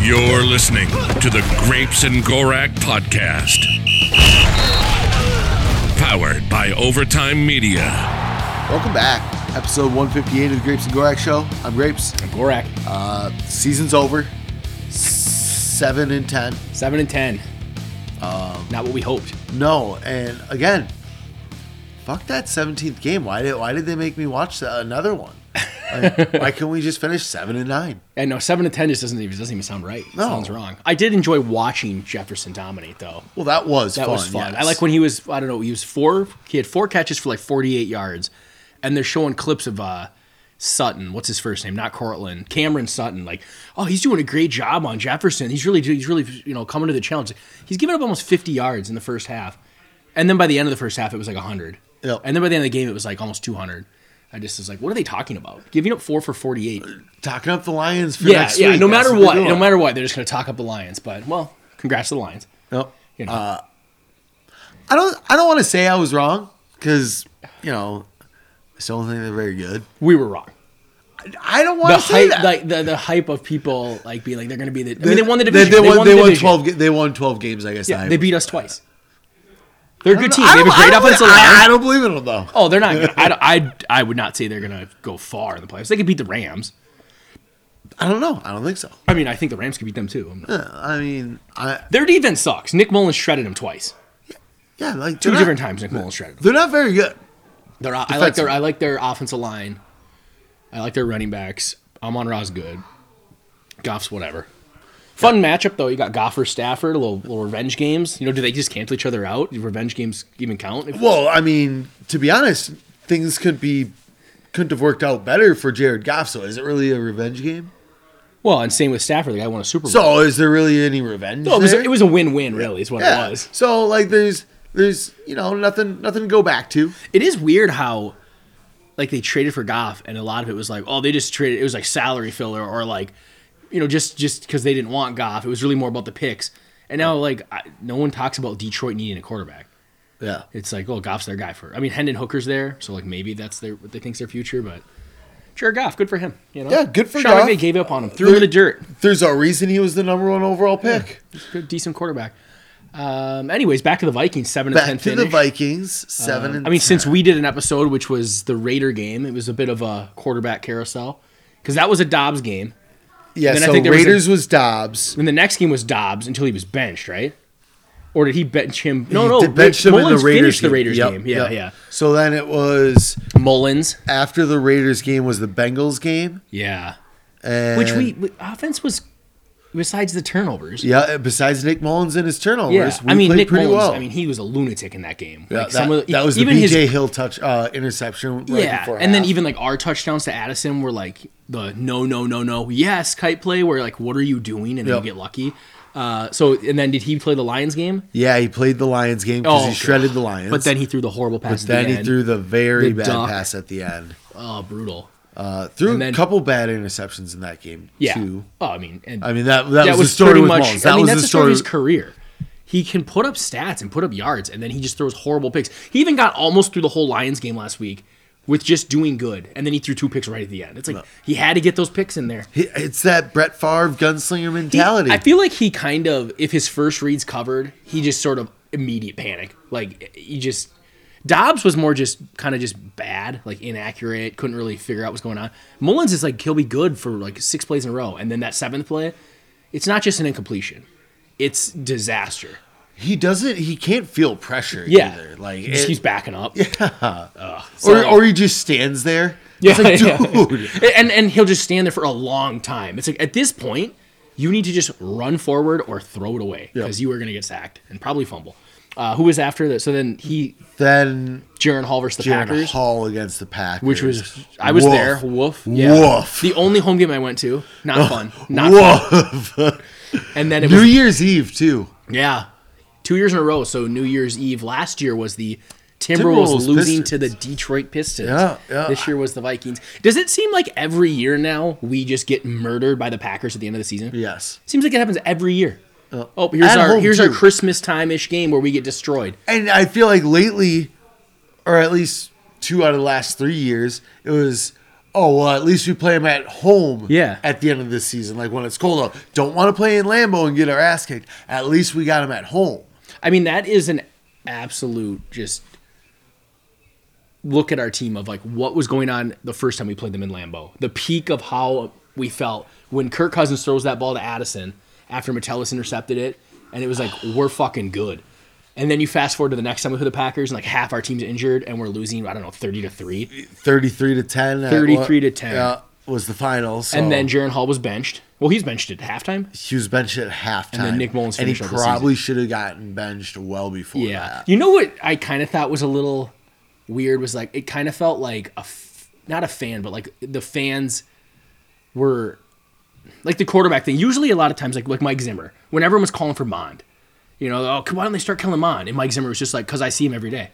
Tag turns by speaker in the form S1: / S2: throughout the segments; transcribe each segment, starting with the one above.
S1: You're listening to the Grapes and Gorak podcast. Powered by Overtime Media.
S2: Welcome back. Episode 158 of the Grapes and Gorak Show. I'm Grapes.
S3: Gorak,
S2: Uh, season's over. Seven and ten.
S3: seven and ten.
S2: Um,
S3: Not what we hoped.
S2: No, and again, fuck that 17th game. Why did why did they make me watch the, another one? Like, why can't we just finish seven and nine?
S3: And no, seven and ten just doesn't even doesn't even sound right. It
S2: No.
S3: Sounds wrong. I did enjoy watching Jefferson dominate though.
S2: Well, that was
S3: That
S2: fun.
S3: was fun.
S2: yes.
S3: I like when he was I don't know he was four. He had four catches for like forty eight yards, and they're showing clips of uh, Sutton. What's his first name? Not Cortland. Cameron Sutton. Like, oh, he's doing a great job on Jefferson. He's really he's really you know coming to the challenge. He's given up almost fifty yards in the first half, and then by the end of the first half it was like hundred.
S2: Yep.
S3: And then by the end of the game it was like almost two hundred. I just was like, what are they talking about? Giving up four for forty eight.
S2: talking up Uh, the Lions for
S3: Yeah,
S2: next
S3: yeah.
S2: week.
S3: No
S2: That's
S3: matter
S2: they're
S3: what,
S2: doing.
S3: no matter what, they're just gonna talk up the Lions. But well, congrats to the Lions.
S2: Nope.
S3: You know.
S2: Uh, I don't I don't want to say I was wrong because you know I still don't think they're very good.
S3: we were wrong.
S2: I don't want
S3: the
S2: to say
S3: hype,
S2: that.
S3: like the, the hype of people, like being like they're going to be the. I mean, they won the
S2: They-
S3: division.
S2: They, won, they
S3: the
S2: won
S3: division.
S2: twelve. ga- They won twelve games. I guess.
S3: Yeah,
S2: I-
S3: they beat us twice. They're a good team.
S2: I
S3: They have a
S2: don't- I
S3: great
S2: don't
S3: offensive
S2: believe- I, I
S3: line.
S2: don't believe in them though.
S3: Oh, they're not. Gonna, I, don't- I I would not say they're going to go far in the playoffs. They could beat the Rams.
S2: I don't know. I don't think so.
S3: I mean, I think the Rams could beat them too. I'm-
S2: Uh, I mean, I
S3: Their defense sucks. Nick Mullins shredded them twice,
S2: yeah, like
S3: two
S2: they're
S3: different
S2: not,
S3: times. Nick Mullins shredded them.
S2: They're not very good.
S3: They're, I like
S2: Defensive.
S3: their I like their offensive line. I like their running backs. Amon Ra's good. Goff's whatever. Fun matchup though. You got Goff or Stafford. Little little revenge games. You know, do they just cancel each other out? Do revenge games even count? If-
S2: Well, I mean, to be honest, things could be couldn't have worked out better for Jared Goff. So, is it really a revenge game?
S3: well, and same with Stafford. The guy won a Super Bowl.
S2: So, is there really any revenge?
S3: No, it was
S2: there?
S3: it was a win win. Really, is what
S2: yeah.
S3: it was.
S2: So, like, there's there's you know nothing nothing to go back to.
S3: It is weird how. Like they traded for Goff, and a lot of it was like, oh, they just traded. It was like salary filler, or like, you know, just just because they didn't want Goff. It was really more about the picks. And now, like, I, no one talks about Detroit needing a quarterback.
S2: Yeah.
S3: it's like, oh, Goff's their guy for. I mean, Hendon Hooker's there, so like maybe that's their what they think's their future. But Jared Goff, good for him. You know,
S2: Yeah, good for
S3: Sean
S2: Goff.
S3: McVay gave up on him, threw him in the dirt.
S2: There's a reason he was the number one overall pick.
S3: Good, decent quarterback. Um, anyways, back to the Vikings, seven and
S2: Back
S3: ten
S2: to
S3: finish.
S2: the Vikings, seven. and
S3: I mean, since we did an episode which was the Raider game, it was a bit of a quarterback carousel because that was a Dobbs game.
S2: yeah,
S3: then I
S2: so
S3: think there was a-
S2: Raiders was Dobbs.
S3: And the next game was Dobbs until he was benched, right? Or did he bench him? No, no,
S2: They benched him in
S3: Mullins
S2: the Raiders
S3: finished
S2: game.
S3: the Raiders
S2: Yep,
S3: game. Yeah,
S2: yep.
S3: yeah.
S2: So then it was
S3: Mullins.
S2: after the Raiders game was the Bengals game,
S3: Yeah.
S2: and
S3: Which we, we offense was besides the turnovers.
S2: yeah. Besides Nick Mullins and his turnovers,
S3: Yeah,
S2: we
S3: I mean
S2: played
S3: Nick
S2: pretty
S3: Mullins.
S2: well.
S3: I mean he was a lunatic in that game.
S2: Yeah,
S3: like
S2: that,
S3: some of the,
S2: that was the
S3: even
S2: BJ
S3: his
S2: Hill touch uh, interception. Right
S3: yeah,
S2: before
S3: and then
S2: half.
S3: even like our touchdowns to Addison were like the no no no no yes kite play where like what are you doing and then
S2: Yep.
S3: you get lucky. Uh, so and then did he play the Lions game?
S2: yeah, he played the Lions game because
S3: Oh,
S2: he shredded
S3: God.
S2: the Lions.
S3: But then he threw the horrible pass.
S2: then
S3: at the
S2: he
S3: end.
S2: threw the very
S3: The
S2: bad
S3: duck.
S2: pass at the end.
S3: oh brutal.
S2: Uh, threw
S3: And
S2: a
S3: then-
S2: couple bad interceptions in that game
S3: Yeah.
S2: too.
S3: Oh, I mean, and
S2: I mean that that, was, the story
S3: pretty
S2: with
S3: much.
S2: Mullins.
S3: I
S2: That
S3: mean,
S2: was
S3: that's
S2: the
S3: of
S2: story.
S3: his career. He can put up stats and put up yards, and then he just throws horrible picks. He even got almost through the whole Lions game last week with just doing good, and then he threw two picks right at the end. It's like he had to get those picks in there.
S2: He- It's that Brett Favre gunslinger
S3: He-
S2: mentality.
S3: I feel like he kind of, if his first read's covered, he just sort of immediate panic. Like he just Dobbs was more just kind of just bad, like inaccurate, couldn't really figure out what's going on. Mullins is like he'll be good for like six plays in a row, and then that seventh play, it's not just an incompletion, it's disaster.
S2: he doesn't he can't feel pressure
S3: Yeah,
S2: either. Like
S3: he just
S2: it-
S3: keeps backing up. Yeah,
S2: or or he just stands there. Yeah, it's like, dude.
S3: and and he'll just stand there for a long time. It's like at this point, you need to just run forward or throw it away because you are going to get sacked and probably fumble. Uh, who was after that? So then he,
S2: Then
S3: Jaron Hall versus the
S2: Jaron
S3: Packers,
S2: Hall against the Packers,
S3: which was I was
S2: Woof.
S3: there. Woof. Yeah.
S2: Woof.
S3: The only home game I went to. Not fun. Not fun.
S2: Woof.
S3: And then it
S2: New
S3: was
S2: Year's Eve too.
S3: yeah, two years in a row. So New Year's Eve last year was the. Timberwolves,
S2: Timberwolves,
S3: losing
S2: Pistons.
S3: to the Detroit Pistons.
S2: Yeah, yeah.
S3: This year was the Vikings. Does it seem like every year now we just get murdered by the Packers at the end of the season?
S2: Yes,
S3: Seems like it happens every year. oh, here's
S2: Uh, at
S3: our
S2: home,
S3: here's our
S2: too.
S3: Christmas time ish game where we get destroyed.
S2: and I feel like lately, or at least two out of the last three years, it was oh well, at least we play them at home.
S3: Yeah.
S2: At the end of this season, like when it's cold out, don't want to play in Lambeau and get our ass kicked. At least we got them at home.
S3: I mean, that is an absolute just look at our team of like what was going on the first time we played them in Lambeau. The peak of how we felt when Kirk Cousins throws that ball to Addison after Metellus intercepted it, and it was like we're fucking good. And then you fast forward to the next time we play the Packers, and like half our team's injured, and we're losing. I don't know, thirty to three,
S2: Thirty-three to ten. at
S3: 33
S2: what-
S3: to 10.
S2: Yeah, was the final. So.
S3: and then Jaron Hall was benched. Well, he's benched at halftime.
S2: he was benched at halftime.
S3: then Nick Mullins
S2: and he
S3: finished out the
S2: probably should have gotten benched well before
S3: Yeah.
S2: that.
S3: You know what I kind of thought was a little weird was like it kind of felt like a f- not a fan but like the fans were like the quarterback thing. Usually a lot of times like like Mike Zimmer when everyone was calling for Mond, you know, oh come on, they start killing Mond, and Mike Zimmer was just like because I see him every day.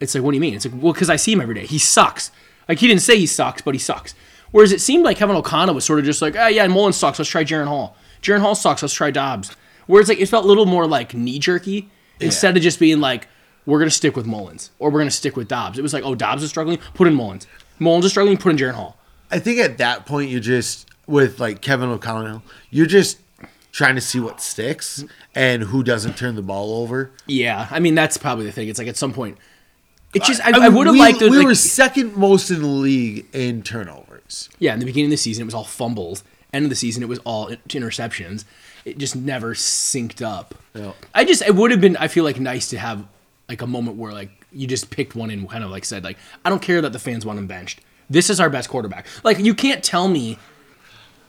S3: It's like what do you mean? It's like well because I see him every day. He sucks. Like he didn't say he sucks, but he sucks. Whereas it seemed like Kevin O'Connell was sort of just like, oh yeah, Mullen sucks. Let's try Jaron Hall. Jaron Hall sucks. Let's try Dobbs. Whereas like it felt a little more like knee jerky instead of just being like, we're gonna stick with Mullins or we're gonna stick with Dobbs. It was like, oh Dobbs is struggling, put in Mullins. Mullins is struggling, put in Jaron Hall.
S2: I think at that point you just with like Kevin O'Connell, you're just trying to see what sticks and who doesn't turn the ball over.
S3: Yeah, I mean that's probably the thing. It's like at some point, it just I, I,
S2: mean,
S3: would have
S2: we-
S3: liked it.
S2: We
S3: like,
S2: were second most in the league in turnovers.
S3: yeah, in the beginning of the season it was all fumbles. End of the season it was all in- interceptions. It just never synced up.
S2: Yeah.
S3: I just it would have been I feel like nice to have like a moment where like you just picked one and kind of like said like I don't care that the fans want him benched. This is our best quarterback. Like you can't tell me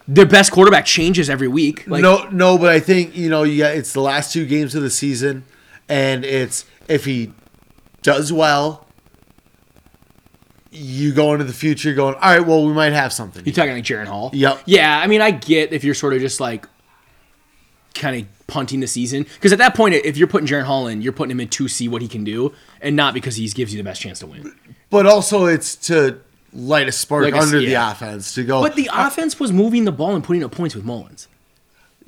S3: their best quarterback changes every week. Like
S2: no, no, but I think you know, yeah, it's the last two games of the season, and it's if he does well, you go into the future going, all right, well, we might have something.
S3: You talking like Jaron Hall?
S2: Yep.
S3: Yeah, I mean, I get if you're sort of just like kind of punting the season because at that point, if you're putting Jaron Hall in, you're putting him in to see what he can do, and not because he gives you the best chance to win.
S2: But also, it's to light a spark
S3: Like a-
S2: under
S3: yeah.
S2: the offense to go.
S3: But the offense was moving the ball and putting up points with Mullins.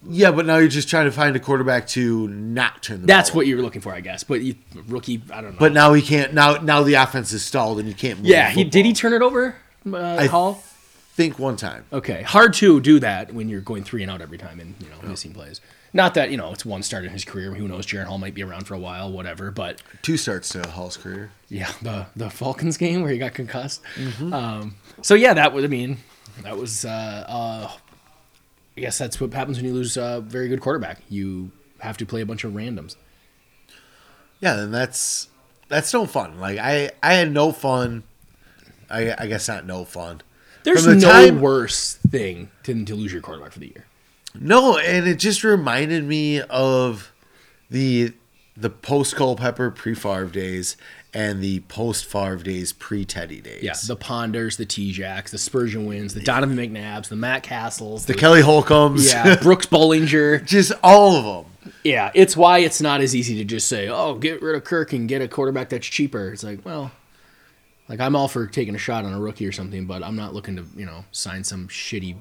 S2: yeah, but now you're just trying to find a quarterback to not turn the.
S3: That's
S2: ball
S3: what you were looking for, I guess. But you, rookie, I don't know.
S2: But now he can't. Now, now the offense is stalled, and you can't. Move
S3: yeah,
S2: the
S3: he did he
S2: football.
S3: turn it over, uh,
S2: I-
S3: Hall?
S2: think one time.
S3: Okay, hard to do that when you're going three and out every time and you know missing plays. Not that you know it's one start in his career. Who knows? Jaron Hall might be around for a while, whatever. But
S2: Two starts to Hall's career.
S3: Yeah, the the Falcons game where he got concussed.
S2: Mm-hmm.
S3: Um, so yeah, that was. I mean, that was. Uh, uh, I guess that's what happens when you lose a very good quarterback. You have to play a bunch of randoms.
S2: Yeah, and that's that's no fun. Like I, I had no fun. I, I guess not no fun.
S3: There's
S2: From the
S3: no
S2: time-
S3: worse thing than to lose your quarterback for the year.
S2: No, and it just reminded me of the the post Culpepper pre Favre days and the post Favre days pre Teddy days.
S3: Yeah, the Ponders, the T Jacks, the Spurgeon wins, the Donovan McNabs, the Matt Castles,
S2: the Kelly Holcombs.
S3: yeah, Brooks Bollinger.
S2: just all of them.
S3: Yeah, it's why it's not as easy to just say, "Oh, get rid of Kirk and get a quarterback that's cheaper." It's like, well, like I'm all for taking a shot on a rookie or something, but I'm not looking to, you know, sign some shitty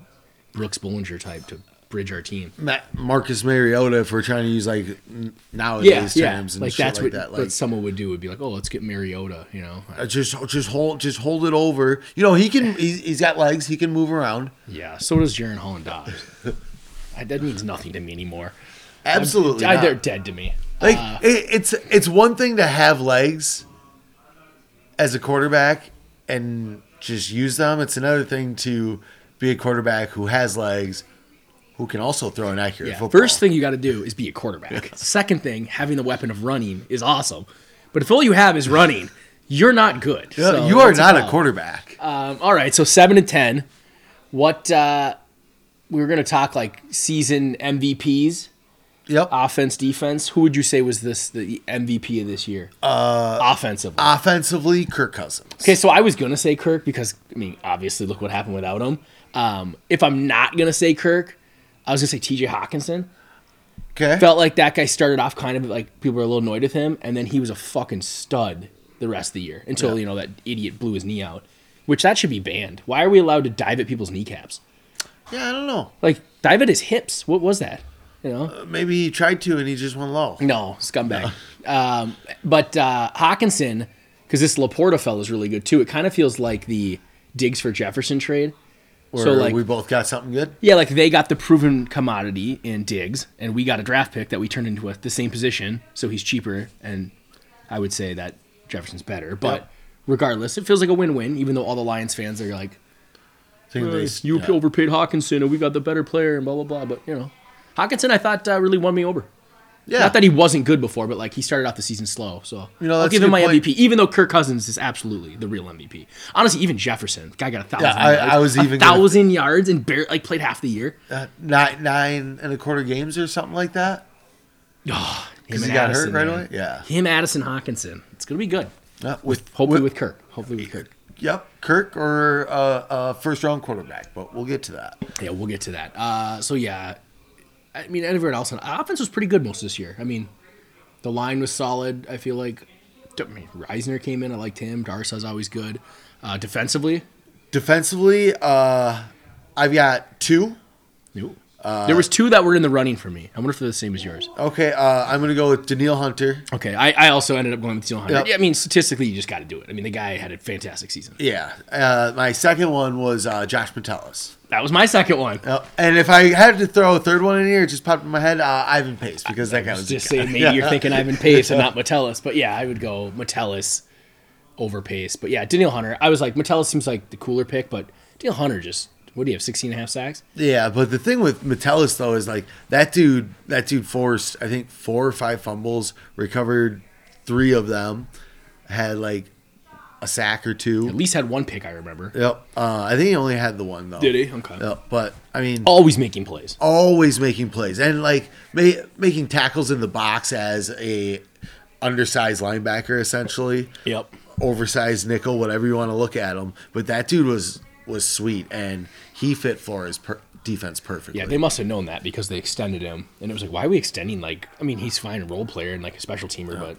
S3: Brooks Bollinger type to bridge our team.
S2: Ma- Marcus Mariota, if we're trying to use like n-
S3: Yeah,
S2: nowadays
S3: yeah.
S2: terms and
S3: Like
S2: shit
S3: that's
S2: like
S3: what,
S2: that, like
S3: what someone would do would be like, "Oh, let's get Mariota," you know.
S2: uh, just just hold just hold it over. You know he can he's, he's got legs. He can move around.
S3: Yeah. So does Jaron Hall and Dobbs. I, that means nothing to me anymore.
S2: Absolutely,
S3: I,
S2: not.
S3: they're dead to me.
S2: Like it, it's it's one thing to have legs as a quarterback and just use them. It's another thing to be a quarterback who has legs, who can also throw an accurate
S3: Yeah.
S2: football.
S3: First thing you got to do is be a quarterback. Second thing, having the weapon of running is awesome. But if all you have is running, you're not good.
S2: You know,
S3: So
S2: you are
S3: that's
S2: not a
S3: problem.
S2: quarterback.
S3: Um, all right, so seven and ten. What uh, we were going to talk like season MVPs,
S2: yep.
S3: offense, defense. Who would you say was this the MVP of this year? Uh, Offensively.
S2: Offensively, Kirk Cousins.
S3: Okay, so I was gonna say Kirk because I mean, obviously, look what happened without him. Um, if I'm not gonna say Kirk, I was gonna say T.J. Hawkinson.
S2: Okay.
S3: Felt like that guy started off kind of like people were a little annoyed with him, and then he was a fucking stud the rest of the year until you know that idiot blew his knee out, which that should be banned. Why are we allowed to dive at people's kneecaps?
S2: yeah, I don't know.
S3: Like dive at his hips. What was that? You know?
S2: Maybe he tried to and he just went low.
S3: No, scumbag. um, but uh, Hawkinson, because this Laporta fellow is really good too. It kind of feels like the Diggs for Jefferson trade.
S2: Or
S3: so like uh,
S2: we both got something good.
S3: yeah, like they got the proven commodity in Diggs, and we got a draft pick that we turned into a, the same position, so he's cheaper. And I would say that Jefferson's better, but
S2: Yeah.
S3: regardless, it feels like a win-win. Even though all the Lions fans are like,
S2: Think
S3: "Hey,
S2: this-
S3: "You
S2: yeah.
S3: overpaid Hawkinson, and we got the better player," and blah blah blah. But you know, Hawkinson, I thought uh, really won me over.
S2: Yeah.
S3: Not that he wasn't good before, but like he started out the season slow. So
S2: You know,
S3: I'll
S2: that's
S3: give
S2: a
S3: him
S2: good
S3: my
S2: point.
S3: MVP, even though Kirk Cousins is absolutely the real MVP. Honestly, even Jefferson, guy got a thousand.
S2: Yeah, I-
S3: yards,
S2: I was
S3: a
S2: even gonna-
S3: thousand yards and bare, like played half the year.
S2: uh, nine nine and a quarter games or something like that.
S3: Oh,
S2: Because he got hurt right away. Yeah.
S3: Him, Addison, Hawkinson. It's gonna be good.
S2: Uh, with
S3: Hopefully with, Kirk. Hopefully with Kirk.
S2: Yep, Kirk or uh, uh, first round quarterback, but we'll get to that.
S3: Yeah, we'll get to that. Uh, so yeah, I mean, everyone else on offense was pretty good most of this year. I mean, the line was solid. I feel like I mean, Reisner came in. I liked him. Darsa's always good. Uh, defensively,
S2: Defensively, uh, I've got two.
S3: nope. there was two that were in the running for me. I wonder if they're the same as yours.
S2: Okay, uh, I'm gonna go with Daniil Hunter.
S3: Okay, I, I also ended up going with Steele Hunter.
S2: Yep.
S3: Yeah, I mean, statistically, you just got to do it. I mean, the guy had a fantastic season.
S2: Yeah, uh, my second one was uh, Josh Metellus.
S3: That was my second one.
S2: Uh, and if I had to throw a third one in here, it just popped in my head. Uh, Ivan Pace because that guy was
S3: just
S2: a
S3: say maybe you're thinking Ivan Pace and not Metellus, but yeah, I would go Metellus over Pace. But yeah, Daniel Hunter. I was like Metellus seems like the cooler pick, but Daniel Hunter just what do you have 16 and a half sacks?
S2: Yeah, but the thing with Metellus though is like that dude. That dude forced I think four or five fumbles, recovered three of them, had like a sack or two.
S3: At least had one pick I remember.
S2: Yep. Uh, I think he only had the one though.
S3: Did he? Okay.
S2: Yep. But I mean,
S3: Always making plays.
S2: always making plays and like ma- making tackles in the box as a undersized linebacker, essentially.
S3: Yep.
S2: Oversized nickel, whatever you want to look at him. But that dude was was sweet, and he fit for his per- defense perfectly.
S3: Yeah, they must have known that because they extended him, and it was like, why are we extending? Like, I mean, he's fine role player and like a special teamer, but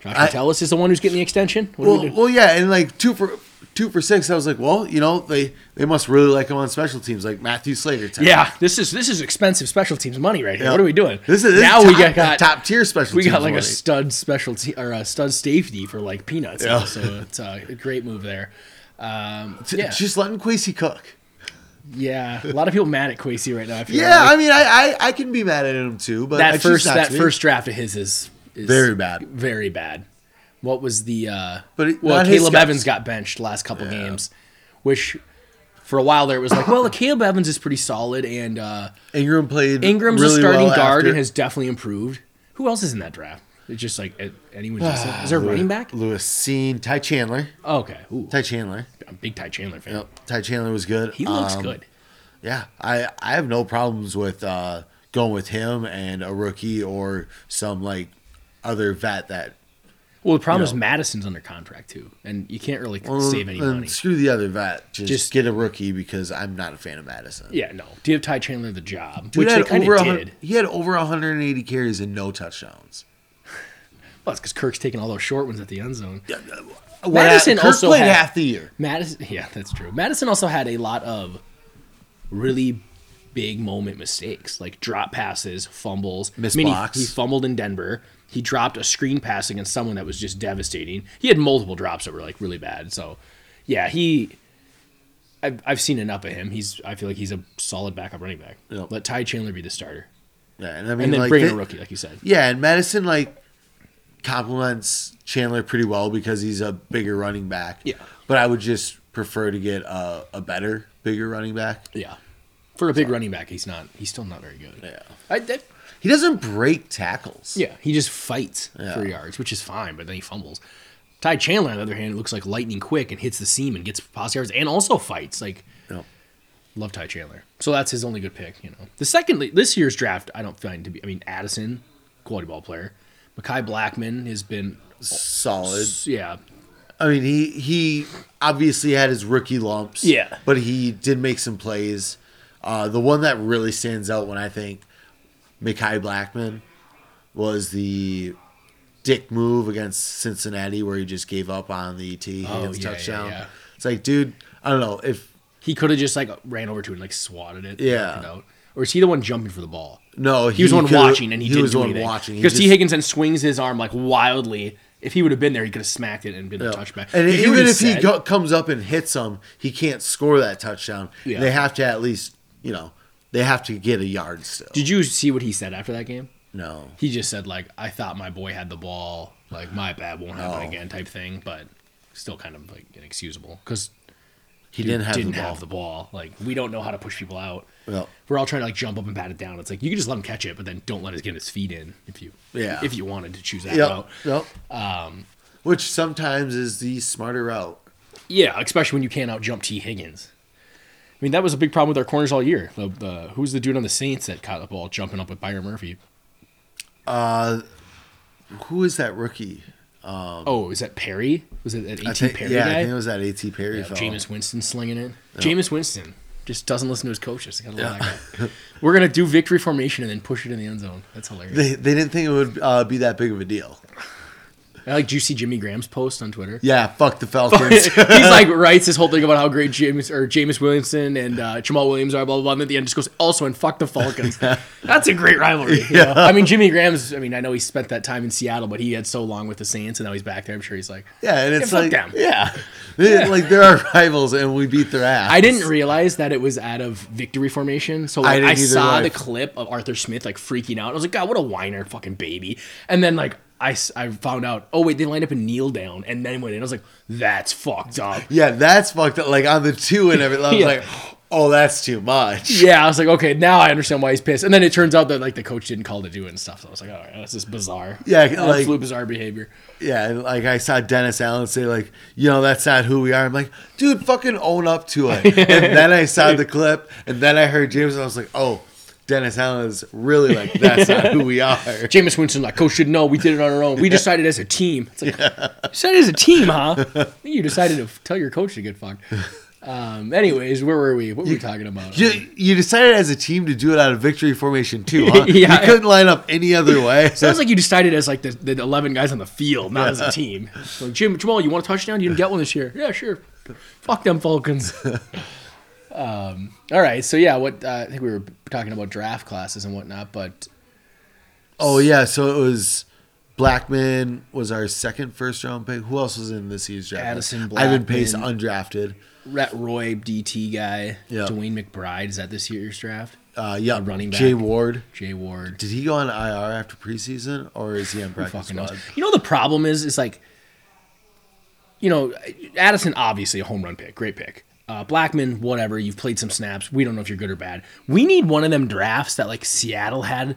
S3: Josh Metellus is the one who's getting the extension. What do we
S2: well,
S3: do?
S2: well, yeah, and like two for. Two for six. I was like, well, you know, they they must really like him on special teams, like Matthew Slater. Type.
S3: Yeah, this is this is expensive special teams money right here.
S2: Yep.
S3: What are we doing?
S2: This is this
S3: now
S2: is
S3: we
S2: top,
S3: got, got
S2: top tier special.
S3: we got
S2: teams
S3: like a
S2: money.
S3: stud specialty or a stud safety for like peanuts. now, so it's uh, a great move there. Um, yeah,
S2: just letting Quasey cook.
S3: yeah. A lot of people mad at Quasey right now. I feel
S2: Yeah,
S3: like.
S2: I mean, I, I, I can be mad at him too, but I
S3: that
S2: choose
S3: first
S2: not
S3: that
S2: to be.
S3: first draft of his is, is
S2: Very bad.
S3: very bad. What was the? Uh,
S2: But it-
S3: well,
S2: not his
S3: Caleb
S2: guys.
S3: Evans got benched last couple games, which for a while there it was like, well, Caleb Evans is pretty solid, and uh,
S2: Ingram played.
S3: Ingram's
S2: really
S3: a starting
S2: well
S3: guard
S2: after-
S3: and has definitely improved. Who else is in that draft? It's just like a- anyone. decent? Is there a running back?
S2: Ah, Lewis seen Ty Chandler.
S3: Oh, okay, Ooh,
S2: Ty Chandler.
S3: I'm a big Ty Chandler fan.
S2: Yep. Ty Chandler was good.
S3: He looks
S2: Um,
S3: good.
S2: Yeah, I I have no problems with uh, going with him and a rookie or some like other vet that
S3: Well, the problem
S2: you
S3: is
S2: know.
S3: Madison's under contract too, and you can't really save any
S2: Um,
S3: money.
S2: Screw the other vet. Just,
S3: Just-
S2: get a rookie because I'm not a fan of Madison.
S3: Yeah, no. Give Ty Chandler the job,
S2: Dude
S3: which
S2: had
S3: they kind
S2: over
S3: of
S2: 100
S3: did.
S2: He had over 180 carries and no touchdowns.
S3: Well, it's because Kirk's taking all those short ones at the end zone.
S2: What
S3: Madison
S2: hap- Kirk
S3: also
S2: played
S3: had-
S2: half the year.
S3: Madison, yeah, that's true. Madison also had a lot of really big moment mistakes, like drop passes, fumbles,
S2: Missed
S3: he-
S2: blocks.
S3: He, fumbled in Denver. He dropped a screen pass against someone that was just devastating. He had multiple drops that were like really bad. So, yeah, he. I've, I've seen enough of him. He's I feel like he's a solid backup running back.
S2: Yep.
S3: Let Ty Chandler be the starter,
S2: Yeah, and I mean,
S3: and then
S2: like,
S3: bring in
S2: thi-
S3: a rookie, like you said.
S2: Yeah, and Madison like complements Chandler pretty well because he's a bigger running back.
S3: Yeah.
S2: but I would just prefer to get a, a better, bigger running back.
S3: Yeah, for a big running back, he's not. He's still not very good.
S2: Yeah,
S3: I, that,
S2: he doesn't break tackles.
S3: Yeah, he just fights
S2: Yeah.
S3: for yards, which is fine, but then he fumbles. Ty Chandler, on the other hand, looks like lightning quick and hits the seam and gets pass yards and also fights. Like,
S2: No.
S3: love Ty Chandler. So that's his only good pick, you know. The second, this year's draft, I don't find to be, I mean, Addison, quality ball player. Makai Blackman has been,
S2: solid.
S3: yeah,
S2: I mean, he he obviously had his rookie lumps.
S3: Yeah.
S2: but he did make some plays. Uh, the one that really stands out when I think Mikai Blackman was the dick move against Cincinnati, where he just gave up on the T Higgins
S3: Oh, yeah, yeah,
S2: touchdown.
S3: yeah.
S2: It's like, dude, I don't know if
S3: he could have just like ran over to it and like swatted it. and
S2: Yeah.
S3: knocked it out. Or is he the one jumping for the ball?
S2: no,
S3: he was the one
S2: could've-
S3: watching and he, didn't
S2: was
S3: do
S2: the one
S3: anything.
S2: watching He
S3: because T
S2: just-
S3: Higgins then swings his arm like wildly If he would have been there, he could have smacked it and been a
S2: No.
S3: touchback.
S2: And
S3: he
S2: even
S3: would've
S2: if he
S3: said-
S2: go, comes up and hits him, he can't score that touchdown.
S3: Yeah.
S2: They have to at least, you know, they have to get a yard still.
S3: did you see what he said after that game?
S2: no.
S3: He just said like, "I thought my boy had the ball. Like my bad won't happen
S2: No.
S3: again," type thing. But still, kind of like inexcusable because
S2: He didn't have
S3: didn't
S2: the ball.
S3: have the ball. Like we don't know how to push people out.
S2: Well,
S3: We're all trying to like jump up and bat it down. It's like you can just let him catch it, but then don't let us get his feet in if you
S2: Yeah.
S3: if you wanted to choose that
S2: yeah.
S3: route.
S2: Yep. Um, Which sometimes is the smarter route.
S3: Yeah, especially when you can't out jump T Higgins. I mean that was a big problem with our corners all year. The, the who's the dude on the Saints that caught the ball jumping up with Byron Murphy?
S2: Who is that rookie?
S3: oh, is that Perry? Was it that
S2: Um, I
S3: AT
S2: think,
S3: Perry
S2: yeah,
S3: guy?
S2: I think it was that AT Perry
S3: Yeah,
S2: fellow.
S3: Jameis Winston slinging it. Jameis Winston just doesn't listen to his coaches. Gotta love that guy. We're gonna do victory formation and then push it in the end zone. That's hilarious.
S2: They, they didn't think it would uh, be that big of a deal.
S3: I like. Do you see Jimmy Graham's post on Twitter?
S2: Yeah, fuck the Falcons.
S3: He's like writes this whole thing about how great James or Jameis Williamson and uh, Jamal Williams are, blah blah blah. And at the end, just goes also and fuck the Falcons. That's a great rivalry. you know? I mean, Jimmy Graham's. I mean, I know he spent that time in Seattle, but he had so long with the Saints, and now he's back there. I'm sure he's like,
S2: yeah, and it's
S3: fuck
S2: like,
S3: them.
S2: yeah, They- like they're our rivals, and we beat their ass.
S3: I didn't realize that it was out of victory formation. So like,
S2: didn't
S3: I,
S2: either,
S3: saw
S2: like-
S3: the clip of Arthur Smith like freaking out. I was like, God, what a whiner, fucking baby. And then like I, s- I found out, oh wait, they lined up and kneel down, and then went in. I was like, that's fucked up.
S2: Yeah, that's fucked up. Like on the two and everything, I was
S3: Yeah.
S2: like, oh, that's too much.
S3: Yeah, I was like, okay, now I understand why he's pissed. And then it turns out that like the coach didn't call to do it and stuff. So I was like, all right, that's just bizarre.
S2: Yeah, like-
S3: absolute bizarre behavior.
S2: Yeah, and, like I saw Dennis Allen say, like, you know, that's not who we are. I'm like, dude, fucking own up to it. and then I saw the clip, and then I heard James, and I was like, oh, Dennis Allen is really like, that's not who we are.
S3: Jameis Winston, like, coach should know we did it on our own. We decided as a team. It's like, you decided as a team, huh? you decided to f- tell your coach to get fucked. Um, anyways, where were we? What were we talking about?
S2: You, you decided as a team to do it out of victory formation too, huh?
S3: Yeah.
S2: You couldn't line up any other way.
S3: Sounds like you decided as like the, the eleven guys on the field, not as a team. Like Jim Jamal, you want a touchdown? You didn't get one this year. Yeah, sure. Fuck them Falcons. um, all right, so yeah, what uh, I think we were talking about draft classes and whatnot, but
S2: oh yeah, so it was Blackman was our second first round pick. Who else was in this year's draft?
S3: Addison
S2: Ivan Pace
S3: Blackman.
S2: undrafted.
S3: Rat Roy DT guy,
S2: Yeah.
S3: Dwayne McBride is that this year's draft?
S2: Uh, yeah,
S3: running
S2: Jay
S3: back.
S2: Ward.
S3: Jay Ward.
S2: Did he go on IR after preseason, or is he on practice
S3: fucking knows?
S2: squad?
S3: You know the problem is is like, you know, Addison obviously a home run pick, great pick. Uh, Blackman, whatever. You've played some snaps. We don't know if you're good or bad. We need one of them drafts that like Seattle had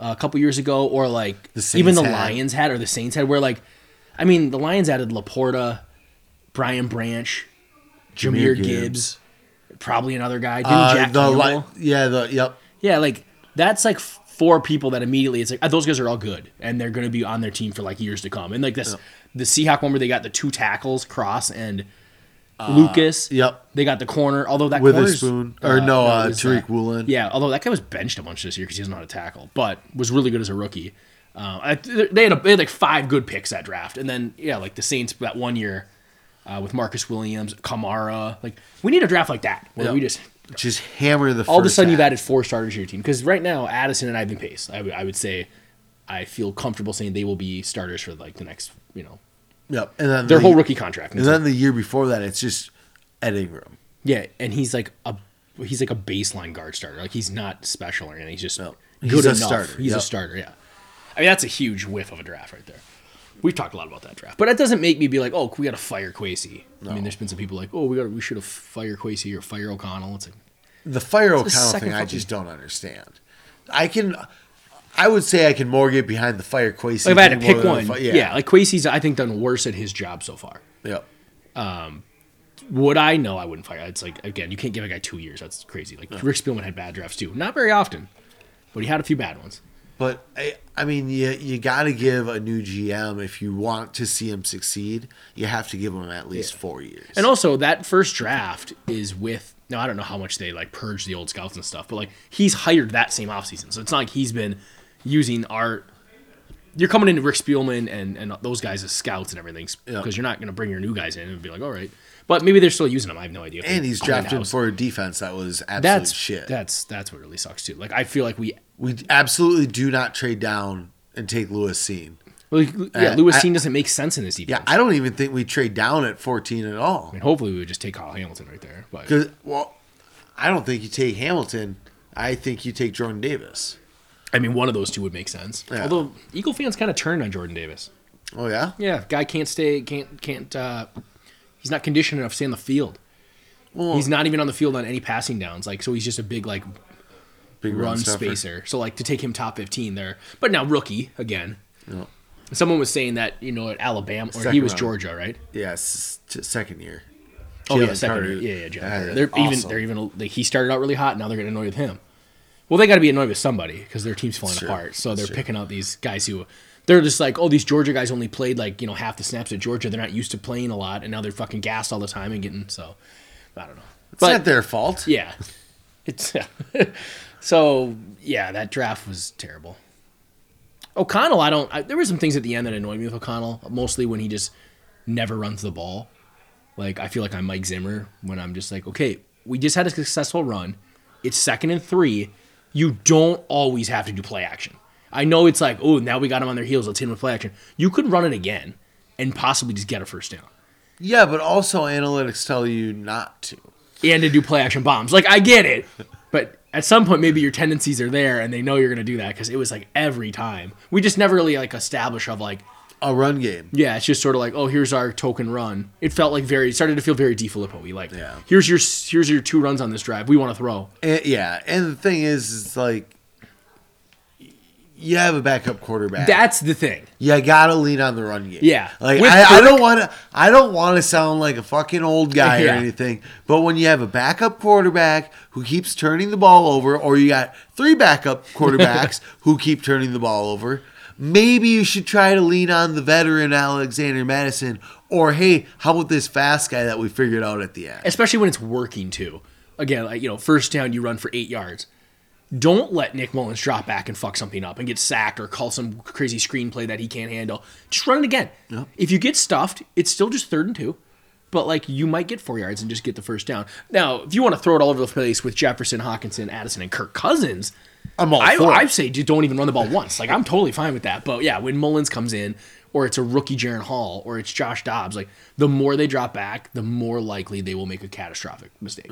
S3: uh, a couple years ago, or like
S2: The Saints
S3: even the
S2: had.
S3: Lions had, or the Saints had, where like, I mean, the Lions added Laporta, Brian Branch, Jameer,
S2: Jameer
S3: Gibbs.
S2: Gibbs.
S3: probably another guy. Didn't
S2: Uh,
S3: Jack
S2: the
S3: Campbell?
S2: li- yeah, the yep.
S3: Yeah, like that's like f- four people that immediately it's like "Ah, those guys are all good and they're going to be on their team for like years to come. And like this, the Seahawk one where they got the two tackles, Cross and Lucas.
S2: yep.
S3: They got the corner, although that corner's-
S2: Witherspoon or no, uh,
S3: who's
S2: Tariq
S3: that?
S2: Woolen.
S3: Yeah, although that guy was benched a bunch this year because he doesn't know how to tackle, but was really good as a rookie. Um, I, they, had a, they had like five good picks that draft, and then yeah, like the Saints that one year uh, with Marcus Williams, Kamara. Like we need a draft like that where
S2: Yeah.
S3: we just
S2: just hammer the.
S3: all of a
S2: first
S3: sudden you've
S2: half.
S3: added four starters to your team because right now Addison and Ivan Pace, I would- I would say, I feel comfortable saying they will be starters for like the next, you know,
S2: Yep, and then
S3: their
S2: the-
S3: whole rookie contract.
S2: And then the year before that, it's just Ed Ingram.
S3: yeah, and he's like a he's like a baseline guard starter. Like he's not special or anything. He's just good
S2: He's a
S3: enough.
S2: starter,
S3: He's a
S2: yep.
S3: starter. Yeah, I mean that's a huge whiff of a draft right there. We've talked a lot about that draft, but that doesn't make me be like, oh, we got to fire Quasey. I mean, there's been some people like, oh, we got we should have fired Quasey or fire O'Connell. It's like
S2: The fire O'Connell
S3: second
S2: thing, I
S3: fucking-
S2: just don't understand. I can, I would say I can more get behind the fire Quasi.
S3: Like, if I had to
S2: thing more
S3: pick
S2: than
S3: one,
S2: the fi-
S3: yeah.
S2: yeah,
S3: like Quasey's, I think done worse at his job so far.
S2: yep.
S3: Would I know? I wouldn't fire. It's like again, you can't give a guy two years. That's crazy. Like Rick Spielman had bad drafts too, not very often, but he had a few bad ones.
S2: But I, I mean, you you got to give a new GM if you want to see him succeed. You have to give him at least four years.
S3: And also, that first draft is with now. I don't know how much they like purge the old scouts and stuff, but like he's hired that same offseason, so it's not like he's been using our. You're coming into Rick Spielman and and those guys as scouts and everything
S2: Yeah.
S3: because you're not going to bring your new guys in and be like, all right, but maybe they're still using them. I have no idea. if
S2: and
S3: they
S2: he's
S3: come in-house.
S2: drafted for a defense that was absolute
S3: that's
S2: shit.
S3: That's that's what really sucks too. Like I feel like we
S2: we absolutely do not trade down and take Lewis Seen.
S3: Like, yeah,
S2: Uh,
S3: Lewis
S2: I-
S3: Seen doesn't make sense in this defense.
S2: Yeah, I don't even think we trade down at 14 at all.
S3: mean, hopefully we would just take Kyle Hamilton right there. But
S2: 'Cause- well, I don't think you take Hamilton. I think you take Jordan Davis.
S3: I mean, one of those two would make sense.
S2: Yeah.
S3: Although Eagle fans kind of turned on Jordan Davis.
S2: Oh yeah,
S3: Yeah, guy can't stay, can't can't. Uh, he's not conditioned enough to stay on the field.
S2: well,
S3: He's not even on the field on any passing downs. Like, so he's just a big like
S2: big
S3: run
S2: stuffer.
S3: spacer. So like to take him top fifteen there, but now rookie again.
S2: No.
S3: Someone was saying that you know at Alabama or he
S2: Second
S3: was
S2: round.
S3: Georgia, right?
S2: Yeah, s- t- second year.
S3: Oh yeah,
S2: Jalen
S3: second
S2: Carter.
S3: year. Yeah, yeah, Jalen
S2: Uh,
S3: Carter. Ah, They're even
S2: awesome.
S3: they're even like, he started out really hot. Now they're getting annoyed with him. Well, they got to be annoyed with somebody because their team's falling
S2: Sure.
S3: apart. So they're
S2: Sure.
S3: picking out these guys who they're just like, oh, these Georgia guys only played like you know half the snaps at Georgia. They're not used to playing a lot, and now they're fucking gassed all the time and getting so. I don't know.
S2: It's not their fault.
S3: Yeah, it's so yeah. That draft was terrible. O'Connell, I don't. I, there were some things at the end that annoyed me with O'Connell, mostly when he just never runs the ball. Like I feel like I'm Mike Zimmer when I'm just like, okay, we just had a successful run. It's second and three. You don't always have to do play action. I know it's like, oh, now we got him on their heels. Let's hit him with play action. You could run it again and possibly just get a first down.
S2: Yeah, but also analytics tell you not to.
S3: and to do play action bombs. Like I get it, but at some point maybe your tendencies are there and they know you're gonna do that because it was like every time we just never really like establish of like
S2: A run game.
S3: yeah it's just sort of like oh here's our token run. It felt like very it started to feel very DeFilippo. We like
S2: Yeah.
S3: here's your here's your two runs on this drive. We want to throw.
S2: And, yeah, and the thing is, is like you have a backup quarterback.
S3: That's the thing.
S2: you gotta lean on the run game.
S3: Yeah.
S2: like
S3: With
S2: I, I
S3: Kirk-
S2: don't want to. I don't want to sound like a fucking old guy
S3: Yeah.
S2: or anything. But when you have a backup quarterback who keeps turning the ball over, or you got three backup quarterbacks who keep turning the ball over, maybe you should try to lean on the veteran Alexander Madison. Or hey, how about this fast guy that we figured out at the end?
S3: especially when it's working too. Again, like you know, first down you run for eight yards. Don't let Nick Mullins drop back and fuck something up and get sacked or call some crazy screenplay that he can't handle. Just run it again.
S2: Yep.
S3: If you get stuffed, it's still just third and two, but like you might get four yards and just get the first down. Now, if you want to throw it all over the place with Jefferson, Hawkinson, Addison, and Kirk Cousins,
S2: I'm all
S3: I,
S2: for it.
S3: I say just don't even run the ball once. Like I'm totally fine with that. But yeah, when Mullins comes in, or it's a rookie Jaron Hall, or it's Josh Dobbs, like the more they drop back, the more likely they will make a catastrophic mistake.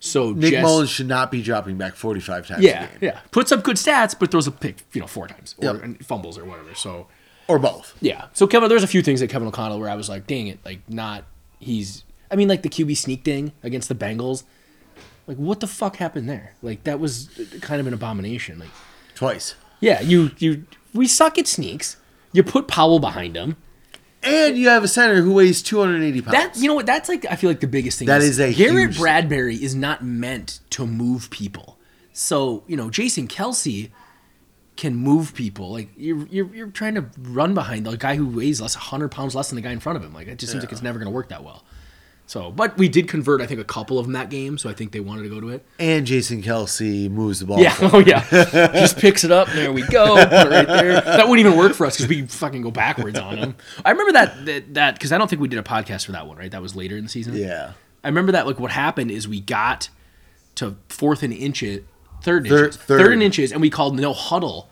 S3: So
S2: Nick
S3: just,
S2: Mullins should not be dropping back 45 times a
S3: yeah,
S2: game,
S3: yeah, puts up good stats, but throws a pick, you know, four times or
S2: Yep.
S3: and fumbles or whatever. So
S2: or both.
S3: yeah. So Kevin, there's a few things at Kevin O'Connell where I was like, dang it, like not he's. I mean, like the QB sneak thing against the Bengals. Like what the fuck happened there? Like that was kind of an abomination. Like
S2: Twice.
S3: yeah, you you we suck at sneaks. You put Powell behind him.
S2: And you have a center who weighs 280 pounds.
S3: That you know what? That's like I feel like the biggest thing.
S2: That
S3: is
S2: is a
S3: Garrett
S2: huge-
S3: Bradbury is not meant to move people. So you know Jason Kelsey can move people. Like you're you're, you're trying to run behind the guy who weighs less hundred pounds less than the guy in front of him. Like it just seems like it's never going to work that well. So, but we did convert I think a couple of them that game. So I think they wanted to go to it.
S2: and Jason Kelsey moves the ball.
S3: Yeah. Oh yeah. Just picks it up. There we go. Put it right there. That wouldn't even work for us because we fucking go backwards on them. I remember that that that because I don't think we did a podcast for that one. Right. That was later in the season.
S2: Yeah.
S3: I remember that like what happened is we got to fourth and inches, third and
S2: Third-
S3: inches, third.
S2: third.
S3: and inches, and we called no huddle,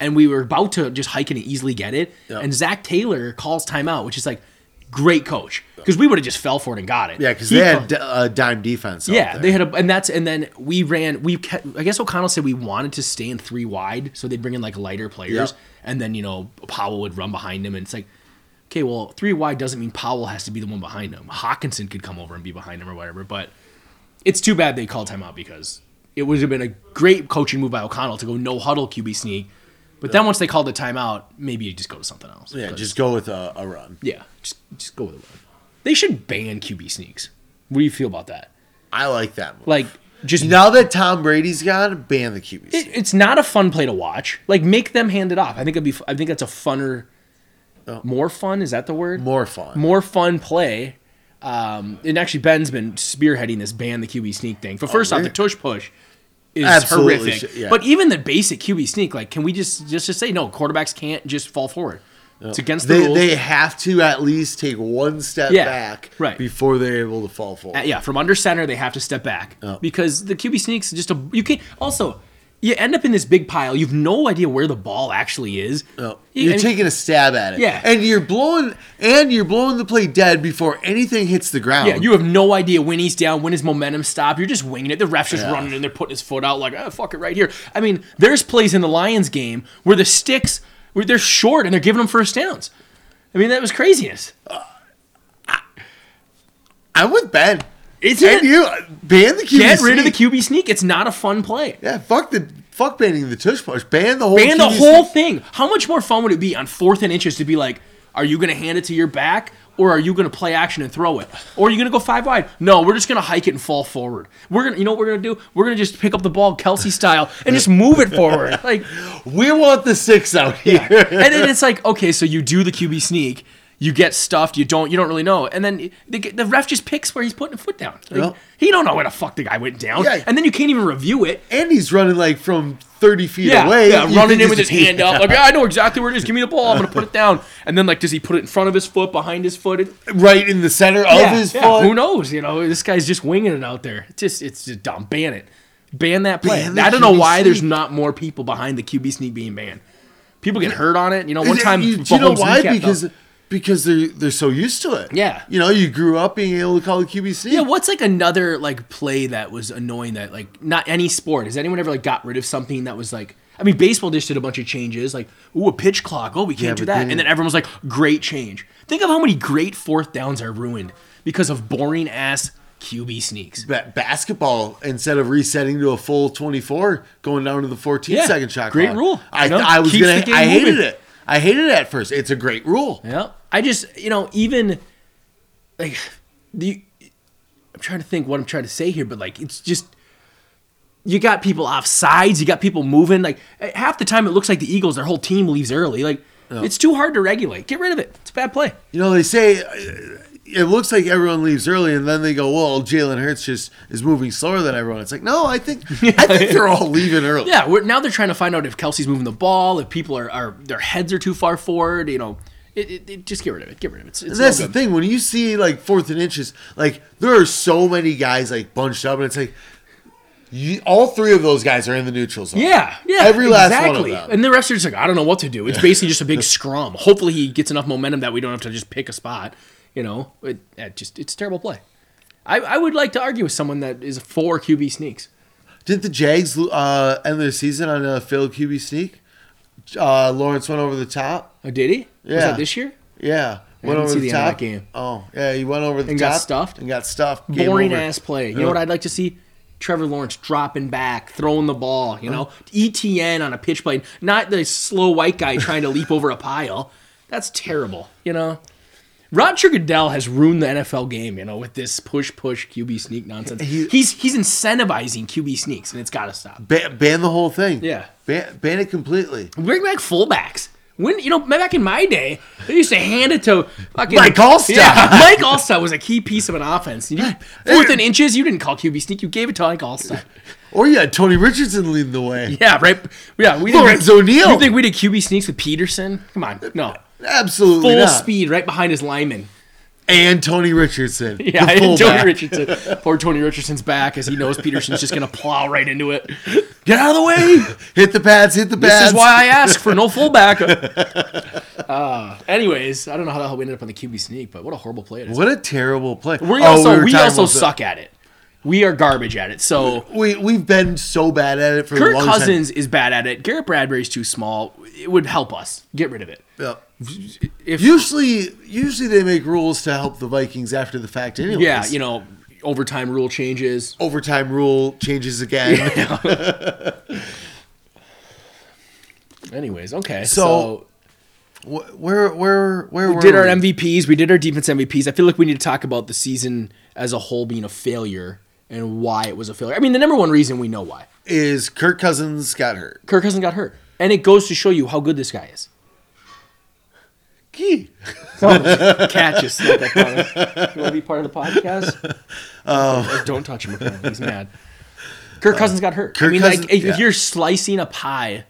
S3: and we were about to just hike it and easily get it,
S2: Yeah.
S3: and Zach Taylor calls timeout, which is like great coach because we would have just fell for it and got it.
S2: Yeah, because
S3: He
S2: they
S3: called-
S2: had d- a dime defense. out
S3: yeah,
S2: there.
S3: they had a, and that's, and then we ran. We kept, I guess O'Connell said we wanted to stay in three wide, so they'd bring in like lighter players,
S2: Yeah.
S3: and then you know Powell would run behind him, and it's like, okay, well, three wide doesn't mean Powell has to be the one behind him. Hawkinson could come over and be behind him or whatever, but it's too bad they called timeout because it would have been a great coaching move by O'Connell to go no huddle QB sneak, but then once they called the timeout, maybe you just go to something else.
S2: Yeah,
S3: 'cause-
S2: just go with a, a run.
S3: yeah, just just go with it. They should ban QB sneaks. What do you feel about that?
S2: I like that. Move.
S3: Like. Just
S2: now that Tom Brady's gone, ban the QBs.
S3: it, it's not a fun play to watch. Like make them hand it off. I think it'd be. f- I think that's a funner, uh, more fun. Is that the word?
S2: More fun.
S3: more fun play. Um, and actually, Ben's been spearheading this ban the QB sneak thing. But first off,
S2: Oh, really?
S3: the tush push is
S2: Absolutely
S3: horrific.
S2: sh- yeah.
S3: But even the basic QB sneak, like, can we just just just say no? Quarterbacks can't just fall forward. It's against the
S2: they,
S3: rules.
S2: they have to at least take one step
S3: Yeah,
S2: back
S3: right.
S2: before they're able to fall forward.
S3: Uh, yeah, from under center they have to step back because the QB sneaks just a you can not also you end up in this big pile. You've no idea where the ball actually is.
S2: No,
S3: You-
S2: you're
S3: and-
S2: taking a stab at it.
S3: Yeah.
S2: and you're blowing and you're blowing the play dead before anything hits the ground.
S3: Yeah, you have no idea when he's down, when his momentum stop. You're just winging it. The ref's just running and they're putting his foot out like, ah, fuck it, right here. I mean, there's plays in the Lions game where the sticks, where they're short and they're giving them first downs. I mean, that was craziness.
S2: I'm with Ben.
S3: It's
S2: and
S3: it.
S2: you uh, ban the QB.
S3: Get rid of the
S2: sneak.
S3: QB sneak. It's not a fun play.
S2: Yeah, fuck the fuck banning the tush push. Ban the whole.
S3: Ban the
S2: QB
S3: whole
S2: sneak.
S3: thing. How much more fun would it be on fourth and inches to be like, are you going to hand it to your back or are you going to play action and throw it? Or are you going to go five wide? No, we're just going to hike it and fall forward. We're going to, you know what we're going to do? We're going to just pick up the ball Kelsey style and just move it forward. Like,
S2: We want the six out here.
S3: and then it's like, okay, so you do the QB sneak. You get stuffed. You don't. You don't really know. And then the, the ref just picks where he's putting a foot down. Like,
S2: Well-
S3: he don't know where the fuck the guy went down.
S2: Yeah.
S3: And then you can't even review it.
S2: and he's running like from 30 feet
S3: Yeah,
S2: away.
S3: yeah,
S2: You
S3: running
S2: think
S3: in with
S2: it's
S3: his
S2: a-
S3: hand up. Like, yeah, I know exactly where it is. Give me the ball. I'm gonna put it down. And then like, does he put it in front of his foot, behind his foot? It-
S2: right in the center
S3: yeah,
S2: of his
S3: yeah,
S2: foot.
S3: Who knows? You know, this guy's just winging it out there. It's just, it's just dumb. Ban it. Ban that play.
S2: Ban the
S3: I don't know
S2: QB
S3: why there's
S2: sneak.
S3: not more people behind the QB sneak being banned. People get hurt on it. You know, one
S2: Is it-
S3: time
S2: you, do you know
S3: Mahomes'
S2: why?
S3: kneecap fell.
S2: Because because they're they're so used to it.
S3: Yeah.
S2: you know, you grew up being able to call the QB sneak.
S3: Yeah, what's like another like play that was annoying that like not any sport has anyone ever like got rid of something that was like I mean baseball just did a bunch of changes like ooh a pitch clock oh we can't
S2: Yeah,
S3: do
S2: but
S3: that
S2: then-
S3: and then everyone was like great change. Think of how many great fourth downs are ruined because of boring ass QB sneaks.
S2: Ba- basketball instead of resetting to a full 24, going down to the 14
S3: Yeah,
S2: second shot.
S3: great
S2: clock.
S3: rule.
S2: I
S3: You know,
S2: I was
S3: keeps
S2: gonna
S3: the game
S2: I hated
S3: moving.
S2: it. I hated it at first. It's a great rule.
S3: Yeah, I just you know even like the I'm trying to think what I'm trying to say here, but like it's just you got people off sides, you got people moving. Like eh, half the time, it looks like the Eagles, their whole team leaves early. Like it's too hard to regulate. Get rid of it. It's a bad play.
S2: You know, they say uh, it looks like everyone leaves early, and then they go, "Well, Jalen Hurts just is moving slower than everyone." It's like, no, I think I think they're all leaving early.
S3: Yeah, we're, now they're trying to find out if Kelsey's moving the ball, if people are, are their heads are too far forward. You know, it, it, it- just get rid of it. Get rid of it. It's, it's
S2: And that's
S3: no
S2: the
S3: good.
S2: thing when you see like fourth and inches, like there are so many guys like bunched up, and it's like you, all three of those guys are in the neutral zone.
S3: Yeah, yeah,
S2: Every last one of
S3: exactly.
S2: them.
S3: And the refs are just like, I don't know what to do. It's basically just a big scrum. Hopefully, he gets enough momentum that we don't have to just pick a spot. You know, it, it just it's terrible play. I, I would like to argue with someone that is for QB sneaks.
S2: Didn't the Jags uh, end their season on a failed QB sneak? Uh, Lawrence went over the top.
S3: Oh, did he? Was
S2: Yeah.
S3: that this year?
S2: Yeah, went
S3: didn't
S2: over
S3: see
S2: the
S3: the end of
S2: top.
S3: that game.
S2: Oh, yeah, he went over the
S3: And
S2: top
S3: got stuffed?
S2: and got stuffed. Game
S3: Boring
S2: over.
S3: ass play. You know what I'd like to see? Trevor Lawrence dropping back, throwing the ball. You know, ETN on a pitch play, not the slow white guy trying to leap over a pile. That's terrible. You know. Roger Goodell has ruined the NFL game, you know, with this push push QB sneak nonsense.
S2: He-
S3: he's he's incentivizing QB sneaks, and it's got to stop.
S2: Ba- ban the whole thing.
S3: Yeah.
S2: ban, ban it completely.
S3: Bring back fullbacks. When you know back in my day, they used to hand it to fucking
S2: Mike Allstott.
S3: Yeah, Mike Allstott was a key piece of an offense. You, fourth and inches, you didn't call QB sneak. You gave it to Mike Allstott.
S2: Or you had Oh, Tony Richardson leading the way.
S3: Yeah, right. Yeah, we
S2: Lawrence
S3: did,
S2: O'Neal.
S3: You think we did QB sneaks with Peterson? Come on, no.
S2: Absolutely
S3: Full
S2: not.
S3: speed right behind his lineman.
S2: And Tony Richardson.
S3: Yeah,
S2: the
S3: and Tony
S2: fullback.
S3: Richardson. Poor Tony Richardson's back as he knows Peterson's just gonna plow right into it. Get out of the way.
S2: Hit the pads. Hit the pads.
S3: This is why I ask for no fullback. uh, anyways, I don't know how the hell we ended up on the QB sneak, but what a horrible play it is.
S2: What a terrible play.
S3: We
S2: Oh,
S3: also
S2: were
S3: we,
S2: talking
S3: also
S2: about the-
S3: suck at it. We are garbage at it. So
S2: We we've been so bad at it for a
S3: Kirk
S2: long
S3: Cousins is bad at it. Garrett Bradbury's too small. It would help us get rid of it.
S2: time. Yeah.
S3: If
S2: Usually, usually they make rules to help the Vikings after the fact. Anyways.
S3: yeah, you know, overtime rule changes.
S2: overtime rule changes again.
S3: Anyways, okay.
S2: So,
S3: So,
S2: Wh- Where where where
S3: we
S2: were
S3: did our
S2: we?
S3: MVPs. We did our defense MVPs. I feel like we need to talk about the season as a whole being a failure and why it was a failure. I mean, the number one reason we know why.
S2: is Kirk Cousins got hurt.
S3: Kirk Cousins got hurt. And it goes to show you how good this guy is.
S2: Gee.
S3: Cat just snuck up on us. You want to be part of the podcast?
S2: Um,
S3: Oh. Don't touch him. apparently. He's mad. Kirk Cousins got hurt.
S2: uh, Kirk
S3: I mean,
S2: Cousins-
S3: like, if
S2: yeah.
S3: you're slicing a pie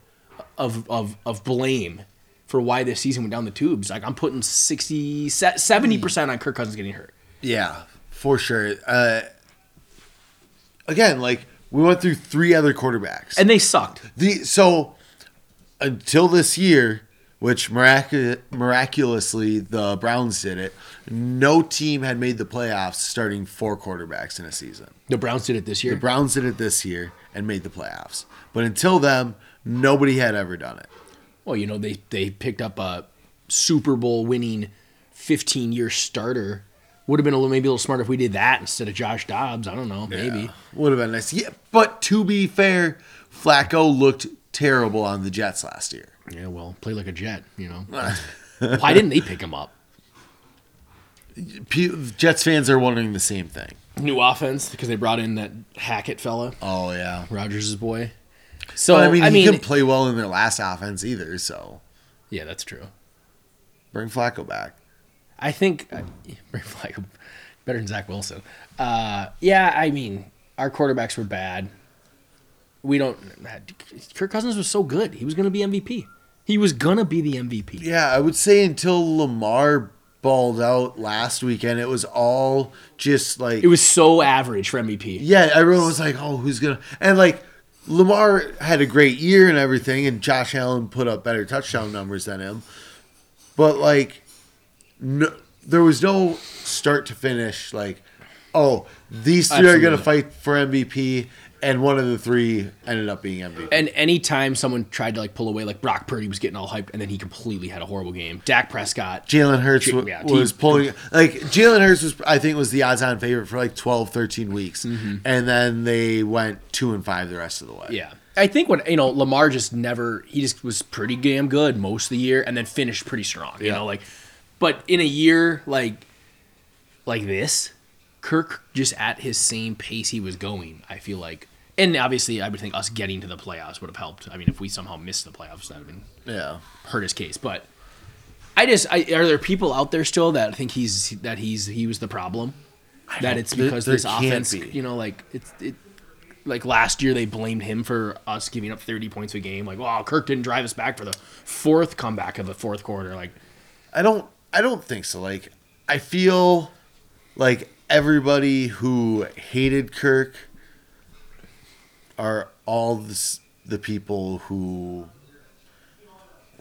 S3: of, of, of blame for why this season went down the tubes, like, I'm putting 60, se- 70% on Kirk Cousins getting hurt.
S2: Yeah, for sure. Uh, again, like We went through three other quarterbacks.
S3: and they sucked.
S2: The so until this year, which miracu- miraculously the Browns did it, no team had made the playoffs starting four quarterbacks in a season.
S3: The Browns did it this year.
S2: The Browns did it this year and made the playoffs. But until them, nobody had ever done it.
S3: well, you know they they picked up a Super Bowl winning 15 year starter. Would have been a little maybe a little smarter if we did that instead of Josh Dobbs. I don't know, maybe.
S2: Would have been nice. Yeah, but to be fair, Flacco looked terrible on the Jets last year.
S3: Yeah, well, play like a jet, you know. Why didn't they pick him up?
S2: P- Jets fans are wondering the same thing.
S3: New offense because they brought in that Hackett fella,
S2: Oh yeah.
S3: Rogers' boy. So
S2: But, I mean, he couldn't play well in their last offense either. So
S3: yeah, that's true.
S2: bring Flacco back.
S3: I think uh, Ray Flacco better than Zach Wilson. Uh, yeah, I mean, our quarterbacks were bad. We don't. uh, Kirk Cousins was so good; he was going to be MVP. He was going to be the MVP.
S2: Yeah, I would say until Lamar balled out last weekend, it was all just like
S3: It was so average for MVP.
S2: yeah, everyone was like, "Oh, who's gonna?" And like Lamar had a great year and everything, and Josh Allen put up better touchdown numbers than him, but like, no, there was no start to finish. Like, oh, these three are gonna
S3: Absolutely.
S2: fight for MVP, and one of the three ended up being MVP.
S3: And anytime someone tried to like pull away, like Brock Purdy was getting all hyped, and then he completely had a horrible game. Dak Prescott.
S2: Jalen Hurts wa-
S3: yeah,
S2: was
S3: he-
S2: pulling like Jalen Hurts was I think was the odds on favorite for like 12 13 weeks and then they went 2 and 5 the rest of the way.
S3: Mm-hmm. Yeah. I think when you know Lamar just never he just was pretty damn good most of the year and then finished pretty strong. You know, like but in a year like like this, Kirk just at his same pace he was going, I feel like and obviously I would think us getting to the playoffs would have helped. I mean if we somehow missed the playoffs that would have been
S2: Yeah.
S3: hurt his case. But I just I, are there people out there still that think he's that he's he was the problem? That it's
S2: there-
S3: because
S2: there
S3: this
S2: can't
S3: offense,
S2: be.
S3: you know, like it's it. Like last year, they blamed him for us giving up 30 points a game. Like, wow, Kirk didn't drive us back for the fourth comeback of the fourth quarter. Like,
S2: I don't I don't think so. Like I feel like everybody who hated Kirk are all the, s- the people who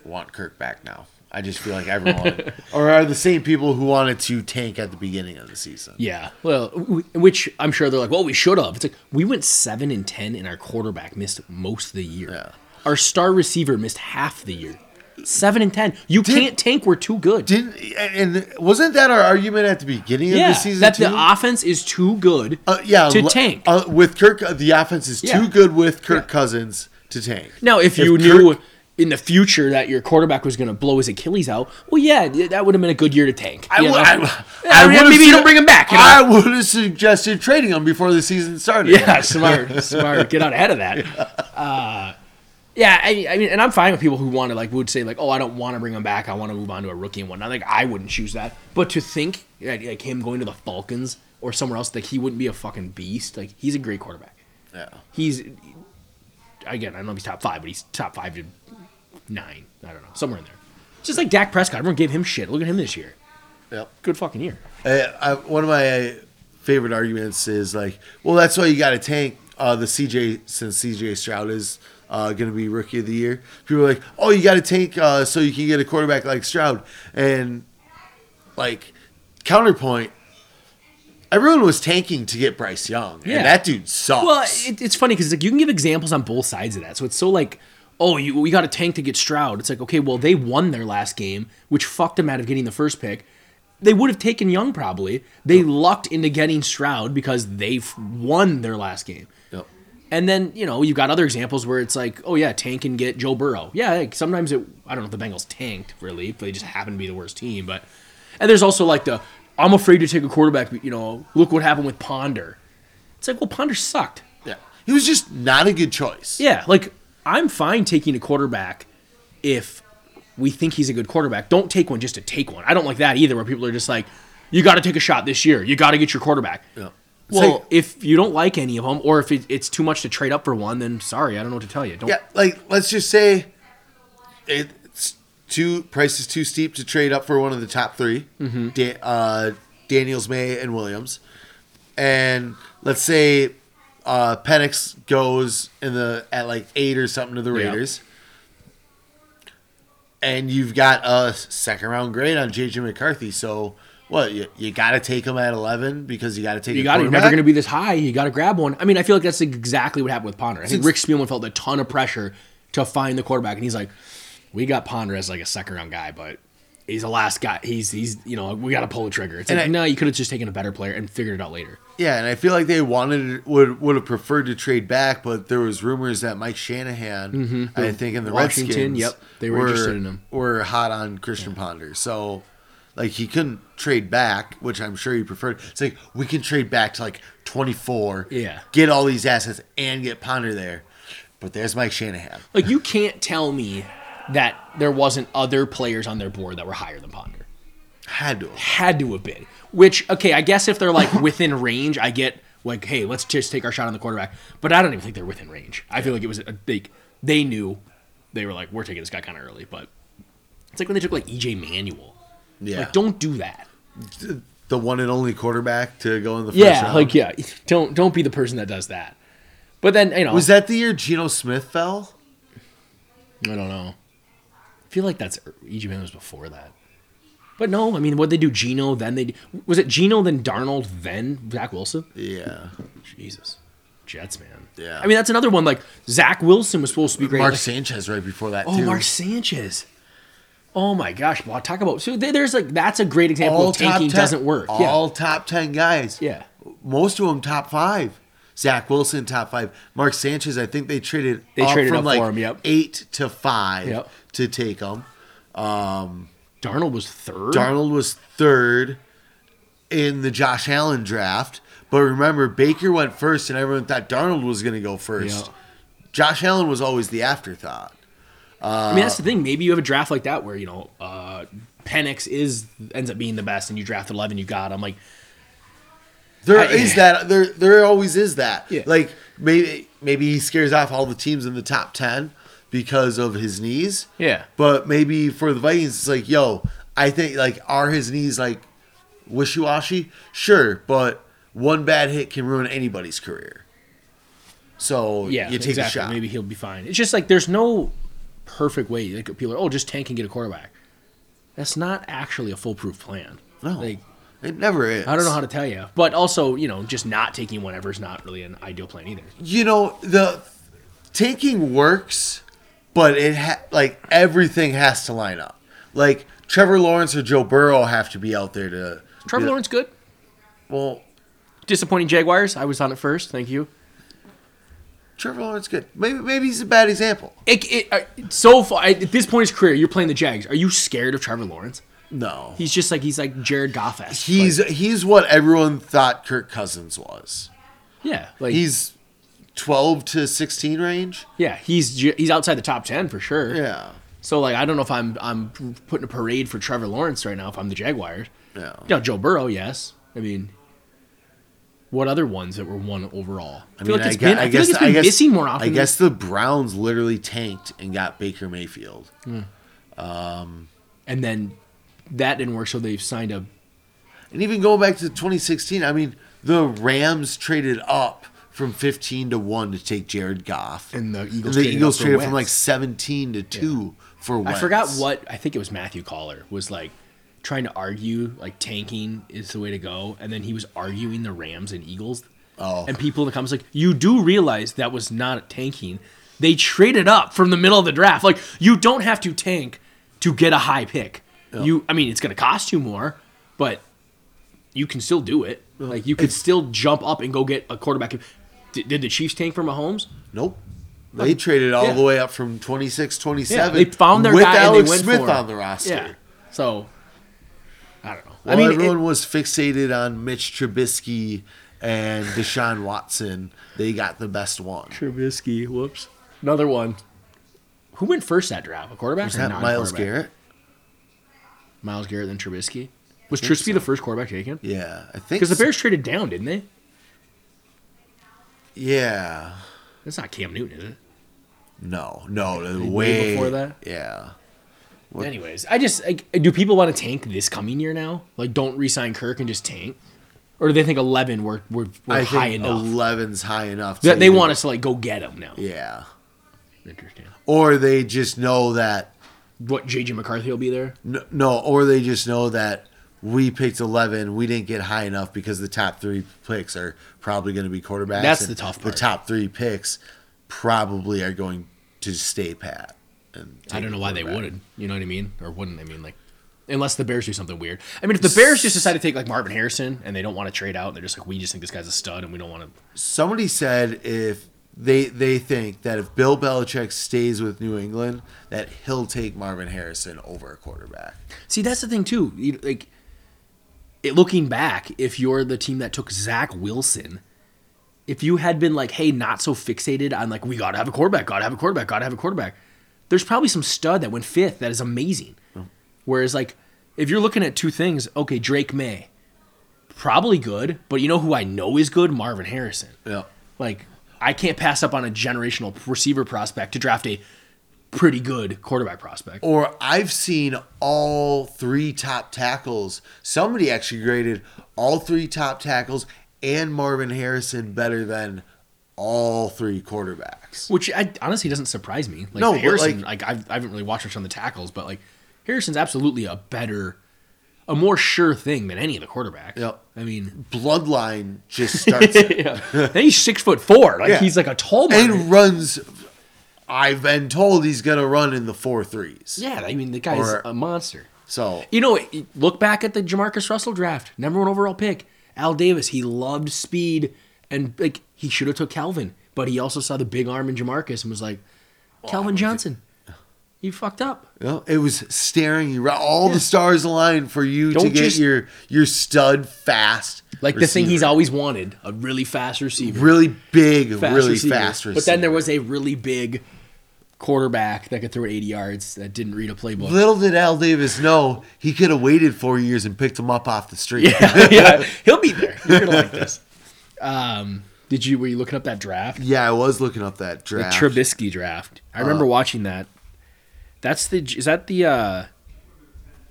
S2: want Kirk back now. I just feel like everyone or are the same people who wanted to tank at the beginning of the season.
S3: yeah. Well, w- which I'm sure they're like, well, we should have. It's like we went seven and ten, and our quarterback missed most of the year.
S2: Yeah.
S3: Our star receiver missed half the year. Seven and ten. You can't tank. We're too good.
S2: Didn't and wasn't that our argument at the beginning
S3: yeah,
S2: of the season?
S3: that
S2: too?
S3: the offense is too good
S2: Uh, yeah,
S3: to
S2: le-
S3: tank.
S2: uh, with Kirk. uh, The offense is
S3: Yeah.
S2: too good with Kirk
S3: Yeah.
S2: Cousins to tank.
S3: now, if, you
S2: Kirk-
S3: knew in the future that your quarterback was going to blow his Achilles out, well, yeah, th- that would have been a good year to tank.
S2: I
S3: you
S2: would-
S3: know?
S2: I- I
S3: Yeah,
S2: would've
S3: maybe you
S2: su-
S3: don't bring him back. you know?
S2: I would have suggested trading him before the season started.
S3: yeah, smart, smart. Get out ahead of that. Uh, yeah, I, I mean, and I'm fine with people who want to like would say like, oh, I don't want to bring him back. I want to move on to a rookie and whatnot. Like, I wouldn't choose that. But to think that, like him going to the Falcons or somewhere else, like he wouldn't be a fucking beast. Like he's a great quarterback.
S2: Yeah.
S3: he's again, I don't know if he's top five, but he's top five to nine. I don't know, somewhere in there. Just like Dak Prescott, everyone gave him shit. Look at him this year.
S2: Yep.
S3: Good fucking year.
S2: I, I, one of my uh, favorite arguments is like, well, that's why you got to tank uh, the CJ since CJ Stroud is uh, going to be rookie of the year. People are like, oh, you got to tank uh, so you can get a quarterback like Stroud, and like counterpoint, everyone was tanking to get Bryce Young,
S3: Yeah.
S2: and that dude sucks.
S3: Well, it, it's funny because like you can give examples on both sides of that. So it's so like, oh, you we got a tank to get Stroud. It's like okay, well they won their last game, which fucked them out of getting the first pick. They would have taken Young probably. They lucked into getting Stroud because they f- won their last game.
S2: Yep.
S3: And then you know you've got other examples where it's like, oh yeah, tank and get Joe Burrow. Yeah, like, sometimes it. I don't know if the Bengals tanked really, but they just happen to be the worst team. But and there's also like the I'm afraid to take a quarterback. but, You know, look what happened with Ponder. It's like, well, Ponder sucked.
S2: yeah, he was just not a good choice.
S3: Yeah, like I'm fine taking a quarterback if we think he's a good quarterback. Don't take one just to take one. I don't like that either, where people are just like, you got to take a shot this year. You got to get your quarterback.
S2: Yeah.
S3: Well,
S2: like-
S3: if you don't like any of them, or if it, it's too much to trade up for one, then sorry, I don't know what to tell you. Don't.
S2: Yeah, like let's just say it's too price is too steep to trade up for one of the top 3
S3: Mm-hmm.
S2: Da- uh, Daniels, May, and Williams, and let's say Uh, Penix goes in the at like eight or something to the
S3: Yeah.
S2: Raiders, and you've got a second round grade on JJ McCarthy. So what you, you got to take him at eleven because you got to take
S3: You
S2: a
S3: got it. You're never
S2: quarterback?
S3: going to be this high. You got to grab one. I mean, I feel like that's exactly what happened with Ponder. I think
S2: Since-
S3: Rick Spielman felt a ton of pressure to find the quarterback, and he's like, "We got Ponder as like a second round guy, but he's the last guy. He's he's you know we got to pull the trigger." It's
S2: And
S3: like,
S2: I-
S3: no, you could have just taken a better player and figured it out later.
S2: Yeah, and I feel like they wanted would would have preferred to trade back, but there was rumors that Mike Shanahan, I think, and the
S3: Mm-hmm. Washington,
S2: Redskins,
S3: yep, they were interested in him.
S2: were hot on Christian Ponder. So, like, he couldn't trade back, which I'm sure he preferred. It's like we can trade back to like 24,
S3: Yeah.
S2: get all these assets and get Ponder there. But there's Mike Shanahan.
S3: Like you can't tell me that there wasn't other players on their board that were higher than Ponder.
S2: Had to. Have.
S3: Had to have been. Which okay, I guess if they're like within range, I get like, hey, let's just take our shot on the quarterback. But I don't even think they're within range. I feel like it was a big. They knew they were like, we're taking this guy kind of early, but it's like when they took like EJ Manuel.
S2: Yeah,
S3: Like don't do that.
S2: the one and only quarterback to go in the first
S3: Yeah,
S2: round.
S3: like yeah, don't don't be the person that does that. But then you know,
S2: was that the year Geno Smith fell?
S3: I don't know. I feel like that's er, EGM was before that. But no, I mean, what they do, Gino, then they was it Gino, then Darnold, then Zach Wilson.
S2: Yeah,
S3: Jesus, Jets man.
S2: Yeah.
S3: I mean, that's another one. Like Zach Wilson was supposed to be great.
S2: Mark
S3: Like,
S2: Sanchez right before that.
S3: oh,
S2: too.
S3: Mark Sanchez. Oh my gosh, wow, talk about so there- there's like that's a great example
S2: all
S3: of tanking
S2: top 10
S3: doesn't work.
S2: All top ten guys.
S3: yeah, yeah.
S2: most of them top five. Zach Wilson top five. Mark Sanchez, I think they traded
S3: They
S2: up
S3: traded
S2: from
S3: up for
S2: like
S3: him, yep.
S2: eight to five
S3: Yep.
S2: to take him.
S3: Darnold was third.
S2: Darnold was third in the Josh Allen draft, but remember Baker went first, and everyone thought Darnold was going to go first.
S3: Yeah.
S2: Josh Allen was always the afterthought.
S3: I mean, that's the thing. Maybe you have a draft like that where you know uh, Penix is ends up being the best, and you draft eleven, you got him. Like
S2: There
S3: I-
S2: is that. There there always is that.
S3: Yeah.
S2: Like maybe maybe he scares off all the teams in the top ten because of his knees.
S3: Yeah.
S2: But maybe for the Vikings, it's like, yo, I think like are his knees like wishy washy? Sure, but one bad hit can ruin anybody's career. So
S3: yeah,
S2: you take
S3: exactly.
S2: a shot.
S3: Maybe he'll be fine. It's just like there's no perfect way. Like people are, oh, just tank and get a quarterback. That's not actually a foolproof plan.
S2: no,
S3: like
S2: it never is.
S3: I don't know how to tell you, but also you know, just not taking whatever is not really an ideal plan either.
S2: you know the taking works, but it ha- like everything has to line up. Like Trevor Lawrence or Joe Burrow have to be out there to.
S3: Trevor
S2: be-
S3: Lawrence, good.
S2: Well,
S3: Disappointing Jaguars. I was on it first. Thank you.
S2: Trevor Lawrence good. Maybe maybe he's a bad example.
S3: It, it, uh, so far at this point in his career, you're playing the Jags. Are you scared of Trevor Lawrence?
S2: No,
S3: He's just like he's like Jared Goff. Like,
S2: he's he's what everyone thought Kirk Cousins was.
S3: yeah, like
S2: He's twelve to sixteen range.
S3: yeah, he's ju- he's outside the top ten for sure.
S2: Yeah,
S3: So like I don't know if I'm I'm putting a parade for Trevor Lawrence right now if I'm the Jaguars.
S2: yeah.
S3: Yeah, Joe Burrow, yes. I mean, what other ones that were one overall? I, feel like it's
S2: gue-
S3: been, I, feel like it's been missing more often.
S2: I guess the Browns literally tanked and got Baker Mayfield.
S3: and then that didn't work, so they've signed a
S2: And even going back to 2016, I mean, the Rams traded up from 15 to 1 to take Jared Goff.
S3: And the Eagles
S2: the
S3: traded
S2: Eagles
S3: up for
S2: traded from like
S3: Wentz.
S2: 17 to 2 for
S3: I
S2: Wentz.
S3: forgot what I think it was Matthew Collar was like trying to argue like tanking is the way to go, and then he was arguing the Rams and Eagles.
S2: Oh.
S3: And people in the comments like, you do realize that was not tanking. They traded up from the middle of the draft. Like you don't have to tank to get a high pick. You, I mean, it's gonna cost you more, but you can still do it. Like you could still jump up and go get a quarterback. Did, did the Chiefs tank for Mahomes?
S2: Nope. They traded all
S3: yeah.
S2: the way up from 26, 27.
S3: they found their
S2: with
S3: guy and they
S2: Alex
S3: went
S2: Smith
S3: for him.
S2: on the roster.
S3: Yeah. So I don't know.
S2: Well,
S3: I mean,
S2: everyone
S3: it-
S2: was fixated on Mitch Trubisky and Deshaun Watson. They got the best one.
S3: Trubisky. Whoops. Another one. Who went first that draft? A quarterback?
S2: Was
S3: or
S2: that
S3: not a
S2: Miles
S3: quarterback?
S2: Garrett?
S3: Miles Garrett then Trubisky. Was Trubisky the first quarterback taken?
S2: Yeah, I think
S3: Because the
S2: so.
S3: Bears traded down, didn't they?
S2: Yeah,
S3: That's not Cam Newton, is it?
S2: no, no, way,
S3: before that?
S2: Yeah,
S3: Anyways, I just like, do people want to tank this coming year now? Like, don't re-sign Kirk and just tank. or do they think eleven were were, were
S2: I
S3: high
S2: think
S3: enough?
S2: 11's high enough.
S3: That they
S2: even-
S3: want us to like go get them now.
S2: Yeah.
S3: Interesting.
S2: Or they just know that
S3: What JJ McCarthy will be there?
S2: N- No, or they just know that we picked 11. We didn't get high enough because the top three picks are probably going to be quarterbacks.
S3: That's
S2: and
S3: the tough
S2: The
S3: part.
S2: top three picks probably are going to stay pat. And
S3: I don't
S2: take
S3: know why they
S2: quarterback.
S3: wouldn't. You know what I mean? Or wouldn't I mean like unless the Bears do something weird. I mean if the Bears just decide to take like Marvin Harrison and they don't want to trade out, they're just like we just think this guy's a stud and we don't want to
S2: Somebody said if they they think that if Bill Belichick stays with New England, that he'll take Marvin Harrison over a quarterback.
S3: See, that's the thing too. You- like it, looking back, if you're the team that took Zach Wilson, if you had been like, hey, not so fixated on like we gotta have a quarterback, gotta have a quarterback, gotta have a quarterback, there's probably some stud that went fifth that is amazing. Whereas like if you're looking at two things, okay, Drake May, probably good, but you know who I know is good, Marvin Harrison.
S2: Yeah.
S3: Like, I can't pass up on a generational receiver prospect to draft a pretty good quarterback prospect.
S2: Or I've seen all three top tackles. Somebody actually graded all three top tackles and Marvin Harrison better than all three quarterbacks.
S3: Which I, honestly doesn't surprise me. Like
S2: No, but,
S3: Harrison, like, I've, I haven't really watched much on the tackles, but like Harrison's absolutely a better, a more sure thing than any of the quarterbacks.
S2: Yep.
S3: I mean,
S2: Bloodline just starts it
S3: and he's six foot four. Like
S2: Yeah.
S3: he's like a tall man.
S2: and runs. I've been told he's gonna run in the four threes.
S3: yeah, I mean the guy's
S2: Or-
S3: a monster.
S2: So
S3: You know, look back at the Jamarcus Russell draft, number one overall pick, Al Davis. He loved speed, and like he should have took Calvin, but he also saw the big arm in Jamarcus and was like, Calvin Johnson, you fucked up.
S2: you know, it was staring you. right- All the stars aligned for you to
S3: Don't
S2: get
S3: just-
S2: your your stud fast,
S3: Like the thing he's
S2: receiver.
S3: always wanted, a really fast receiver.
S2: really big,
S3: fast
S2: really
S3: receiver.
S2: fast. Receiver.
S3: But then there was a really big quarterback that could throw it 80 yards that didn't read a playbook.
S2: Little did Al Davis know he could have waited four years and picked him up off the street.
S3: yeah, yeah, he'll be there. You're gonna like this. Um, did you were you looking up that draft?
S2: Yeah, I was looking up that
S3: The
S2: draft. Uh,
S3: Trubisky draft. I remember watching that. That's the is that the uh,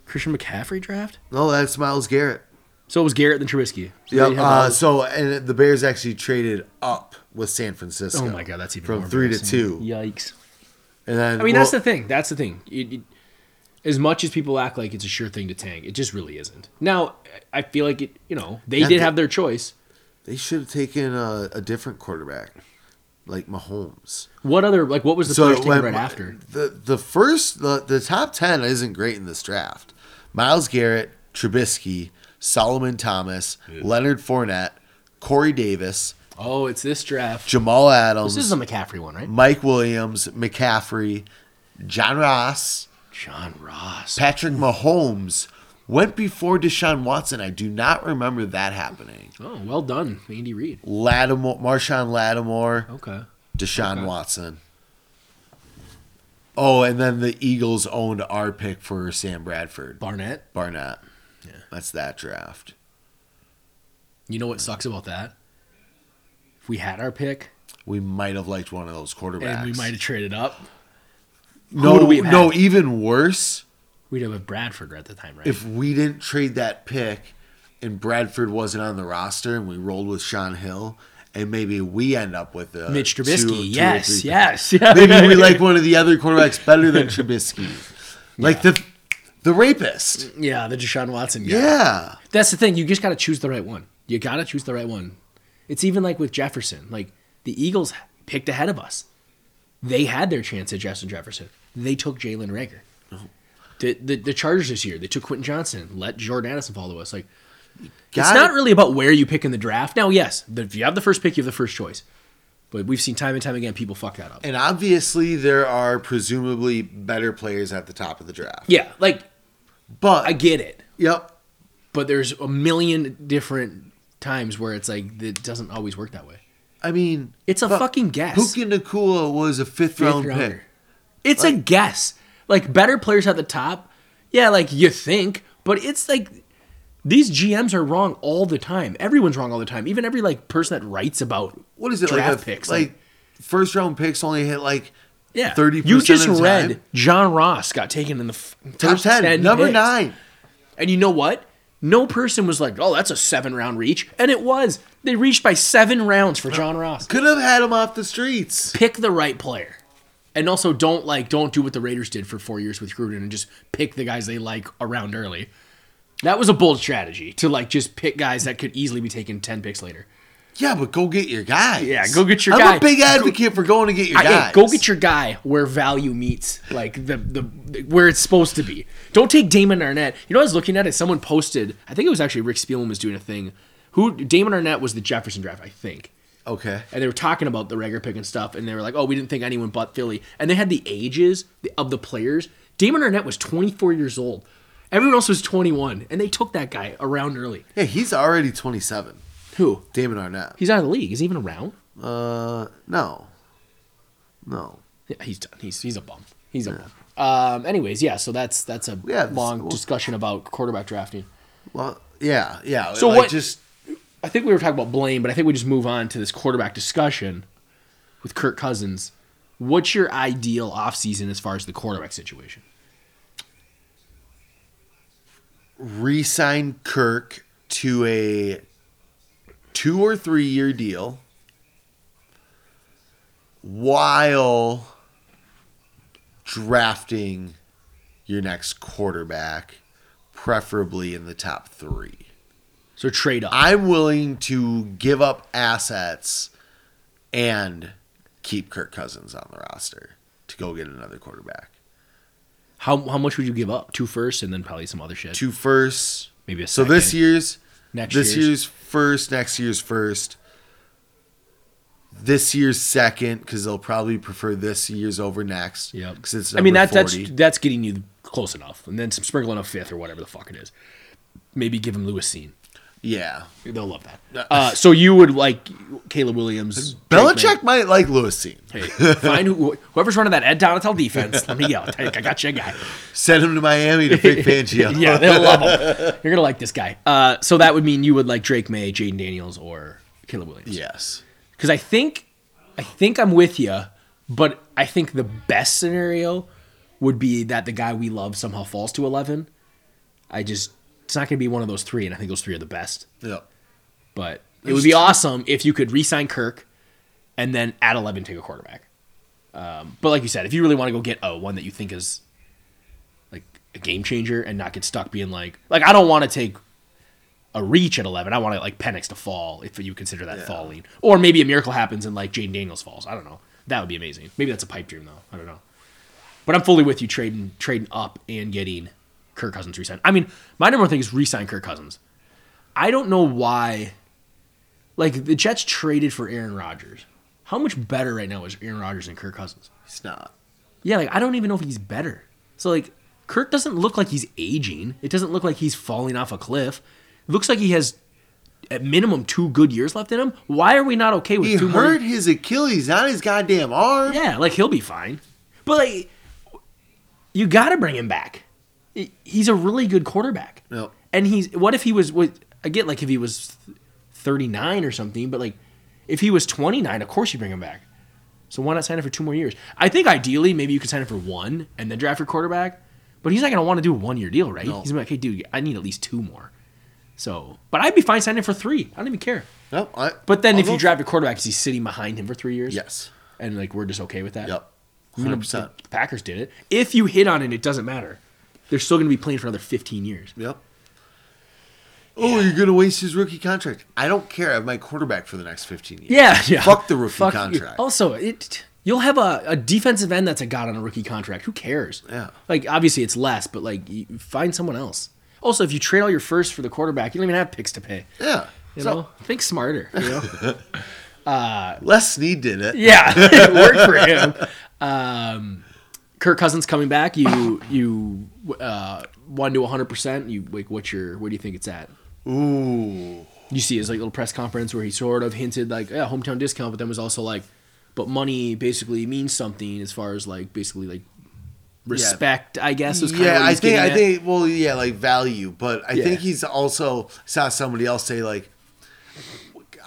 S3: Christian McCaffrey draft?
S2: no, that's Miles Garrett.
S3: So it was Garrett then Trubisky. So
S2: Yeah.
S3: they had
S2: Uh,
S3: all-
S2: so and the Bears actually traded up with San Francisco.
S3: oh my god, that's even
S2: from
S3: more
S2: three to
S3: embarrassing.
S2: two.
S3: Yikes.
S2: And then
S3: I mean, that's the
S2: well,
S3: thing. That's the thing. It, it- as much as people act like it's a sure thing to tank, it just really isn't. Now, I I feel like it. You know, they
S2: Yeah,
S3: did
S2: the-
S3: have their choice.
S2: they should have taken a, a different quarterback, like Mahomes.
S3: What other like what was the
S2: So
S3: first
S2: when-
S3: taken right after?
S2: the the first the, the top ten isn't great in this draft. Miles Garrett, Trubisky, Solomon Thomas, Leonard Fournette, Corey Davis,
S3: Oh, it's this draft.
S2: Jamal Adams,
S3: This is the McCaffrey one, right?
S2: Mike Williams, McCaffrey, John Ross,
S3: John Ross.
S2: Patrick Mahomes went before Deshaun Watson. I do not remember that happening.
S3: Oh, well done, Andy Reid.
S2: Lattimore, Marshawn Lattimore,
S3: Okay.
S2: Deshaun Watson. Oh, and then the Eagles owned our pick for Sam Bradford.
S3: Barnett.
S2: Barnett. Yeah. That's that draft.
S3: You know what sucks about that? If we had our pick
S2: We might have liked one of those quarterbacks.
S3: and we might have traded up,
S2: no,
S3: do we have
S2: no,
S3: had?
S2: even worse,
S3: we'd have a Bradford at the time, right?
S2: if we didn't trade that pick and Bradford wasn't on the roster and we rolled with Sean Hill and maybe we end up with a
S3: Mitch
S2: two-
S3: Trubisky.
S2: two or three
S3: yes,
S2: pick.
S3: yes.
S2: Maybe we like one of the other quarterbacks better than Trubisky. Like the the rapist.
S3: yeah, the Deshaun Watson guy.
S2: Yeah.
S3: That's the thing. You just got to choose the right one. You got to choose the right one. It's even like with Jefferson. Like the Eagles picked ahead of us. They had their chance at Justin Jefferson. They took Jalen Rager. The, the the Chargers this year. They took Quentin Johnson. Let Jordan Addison follow us. Like it's
S2: Got
S3: not
S2: it.
S3: really about where you pick in the draft. Now, yes, the, if you have the first pick, you have the first choice. But we've seen time and time again people fuck that up.
S2: And obviously there are presumably better players at the top of the draft.
S3: Yeah, like
S2: But
S3: I get it.
S2: yep.
S3: But there's a million different times where it's like it doesn't always work that way.
S2: I mean
S3: It's a
S2: but
S3: fucking guess.
S2: Puka Nakua was a fifth, round
S3: rounder.
S2: pick.
S3: It's a guess. Like better players at the top, yeah, like you think, but it's like these GMs are wrong all the time. Everyone's wrong all the time. Even every like person that writes about
S2: What is it like,
S3: Draft
S2: a-
S3: picks,
S2: like first round picks only hit like
S3: yeah,
S2: 30%
S3: You just
S2: of the
S3: read
S2: time.
S3: John Ross got taken in the f-
S2: top
S3: first
S2: ten, number
S3: picks.
S2: nine.
S3: and you know what? No person was like, "Oh, that's a seven round reach," and it was. They reached by seven rounds for John Ross.
S2: Could have had him off the streets.
S3: Pick the right player, and also don't like don't do what the Raiders did for four years with Gruden and just pick the guys they like around early. That was a bold strategy to like just pick guys that could easily be taken ten picks later.
S2: Yeah, but go get your guy.
S3: Yeah, go get your
S2: I'm
S3: guy.
S2: a big advocate for going to get your
S3: I-
S2: guy.
S3: hey, go get your guy where value meets, like the, the where it's supposed to be. Don't take Damon Arnett. You know, I was looking at it. Someone posted. I think it was actually Rick Spielman was doing a thing. Who Damon Arnett was the Jefferson draft, I think.
S2: Okay.
S3: And they were talking about the regular pick and stuff, and they were like, "Oh, we didn't think anyone but Philly." And they had the ages of the players. Damon Arnett was 24 years old. Everyone else was 21, and they took that guy around early.
S2: Yeah, he's already 27.
S3: Who?
S2: Damon Arnett.
S3: He's out of the league. Is he even around?
S2: Uh, no. No.
S3: Yeah, he's done. He's he's a bum. He's a bum. Um, anyways, yeah. So that's that's a
S2: Yeah, this-
S3: long
S2: well-
S3: discussion about quarterback drafting.
S2: Well, yeah, yeah.
S3: So
S2: like
S3: what-
S2: Just
S3: I think we were talking about blame, but I think we just move on to this quarterback discussion with Kirk Cousins. What's your ideal offseason as far as the quarterback situation?
S2: re-sign Kirk to a two or three year deal while drafting your next quarterback, preferably in the top three.
S3: So trade up.
S2: I'm willing to give up assets and keep Kirk Cousins on the roster to go get another quarterback.
S3: How how much would you give up? Two firsts and then probably some other shit.
S2: Two firsts.
S3: Maybe a
S2: So this
S3: second.
S2: year's
S3: Next
S2: this
S3: year's-
S2: year's, first, next year's first, this year's second because they'll probably prefer this year's over next.
S3: Yep.
S2: Because it's
S3: I mean that
S2: number
S3: that's
S2: 40.
S3: that's getting you close enough, and then some sprinkling of fifth or whatever the fuck it is. Maybe give him Lewisine.
S2: yeah.
S3: They'll love that. Uh, so you would like Caleb Williams, Drake
S2: Belichick might like Lewisine.
S3: May. Hey, find who, whoever's running that Ed Donatel defense. Let me yell. I got you a guy.
S2: Send him to Miami to pick Fangio.
S3: Yeah, they'll love him. You're gonna like this guy. Uh, so that would mean you would like Drake May, Jaden Daniels, or Caleb Williams.
S2: Yes.
S3: Because I think, I think I'm with you, but I think the best scenario would be that the guy we love somehow falls to 11. I just, it's not gonna be one of those three, and I think those three are the best.
S2: Yep.
S3: But it would be awesome if you could re-sign Kirk and then at 11 take a quarterback. Um, but like you said, if you really want to go get a one that you think is like a game changer and not get stuck being like, like I don't want to take a reach at 11. I want to like Penix to fall if you consider that falling, or maybe a miracle happens and like Jaden Daniels falls. I don't know. That would be amazing. Maybe that's a pipe dream though. I don't know. But I'm fully with you trading trading up and getting Kirk Cousins re-signed. I mean, my number one thing is re-sign Kirk Cousins. I don't know why. Like the Jets traded for Aaron Rodgers. How much better right now is Aaron Rodgers than Kirk Cousins?
S2: He's not.
S3: Yeah, like I don't even know if he's better. So like Kirk doesn't look like he's aging. It doesn't look like he's falling off a cliff. It looks like he has at minimum two good years left in him. Why are we not okay with
S2: He
S3: two
S2: hurt
S3: more?
S2: his Achilles, not his goddamn arm.
S3: Yeah, like he'll be fine. But like you got to bring him back. He- He's a really good quarterback.
S2: Yep.
S3: And he's what if he was what I get like if he was 39 or something, but like if he was 29, of course you bring him back. So why not sign him for two more years? I think ideally maybe you could sign him for one and then draft your quarterback, but he's not going to want to do a one year deal, right? He's gonna be like, hey, dude, I need at least two more. So, but I'd be fine signing him for three. I don't even care.
S2: Nope. I-
S3: But then
S2: I'll
S3: if
S2: go
S3: you
S2: for-
S3: draft your quarterback, is he sitting behind him for three years?
S2: Yes.
S3: And like we're just okay with that.
S2: Yep.
S3: You know,
S2: 100%.
S3: The Packers did it. If you hit on it, it doesn't matter. They're still going to be playing for another 15 years.
S2: Yep. Oh, you're gonna waste his rookie contract. I don't care. I have my quarterback for the next 15 years.
S3: Yeah, yeah.
S2: Fuck the rookie
S3: Fuck you.
S2: contract.
S3: Also, it you'll have a, a defensive end that's a god on a rookie contract. Who cares?
S2: Yeah.
S3: Like obviously it's less, but like you find someone else. Also, if you trade all your firsts for the quarterback, you don't even have picks to pay.
S2: Yeah.
S3: You
S2: so
S3: know, think smarter. You know?
S2: Les Snead did it.
S3: yeah, it worked for him. Um, Kirk Cousins coming back. You you uh, one to hundred percent. You like what's your where do you think it's at?
S2: Ooh.
S3: you see his like little press conference where he sort of hinted like yeah hometown discount but then was also like but money basically means something as far as like basically like respect i guess was kind
S2: Yeah,
S3: of
S2: I think I think well, yeah, like value, but I
S3: Yeah.
S2: think he's also saw somebody else say like,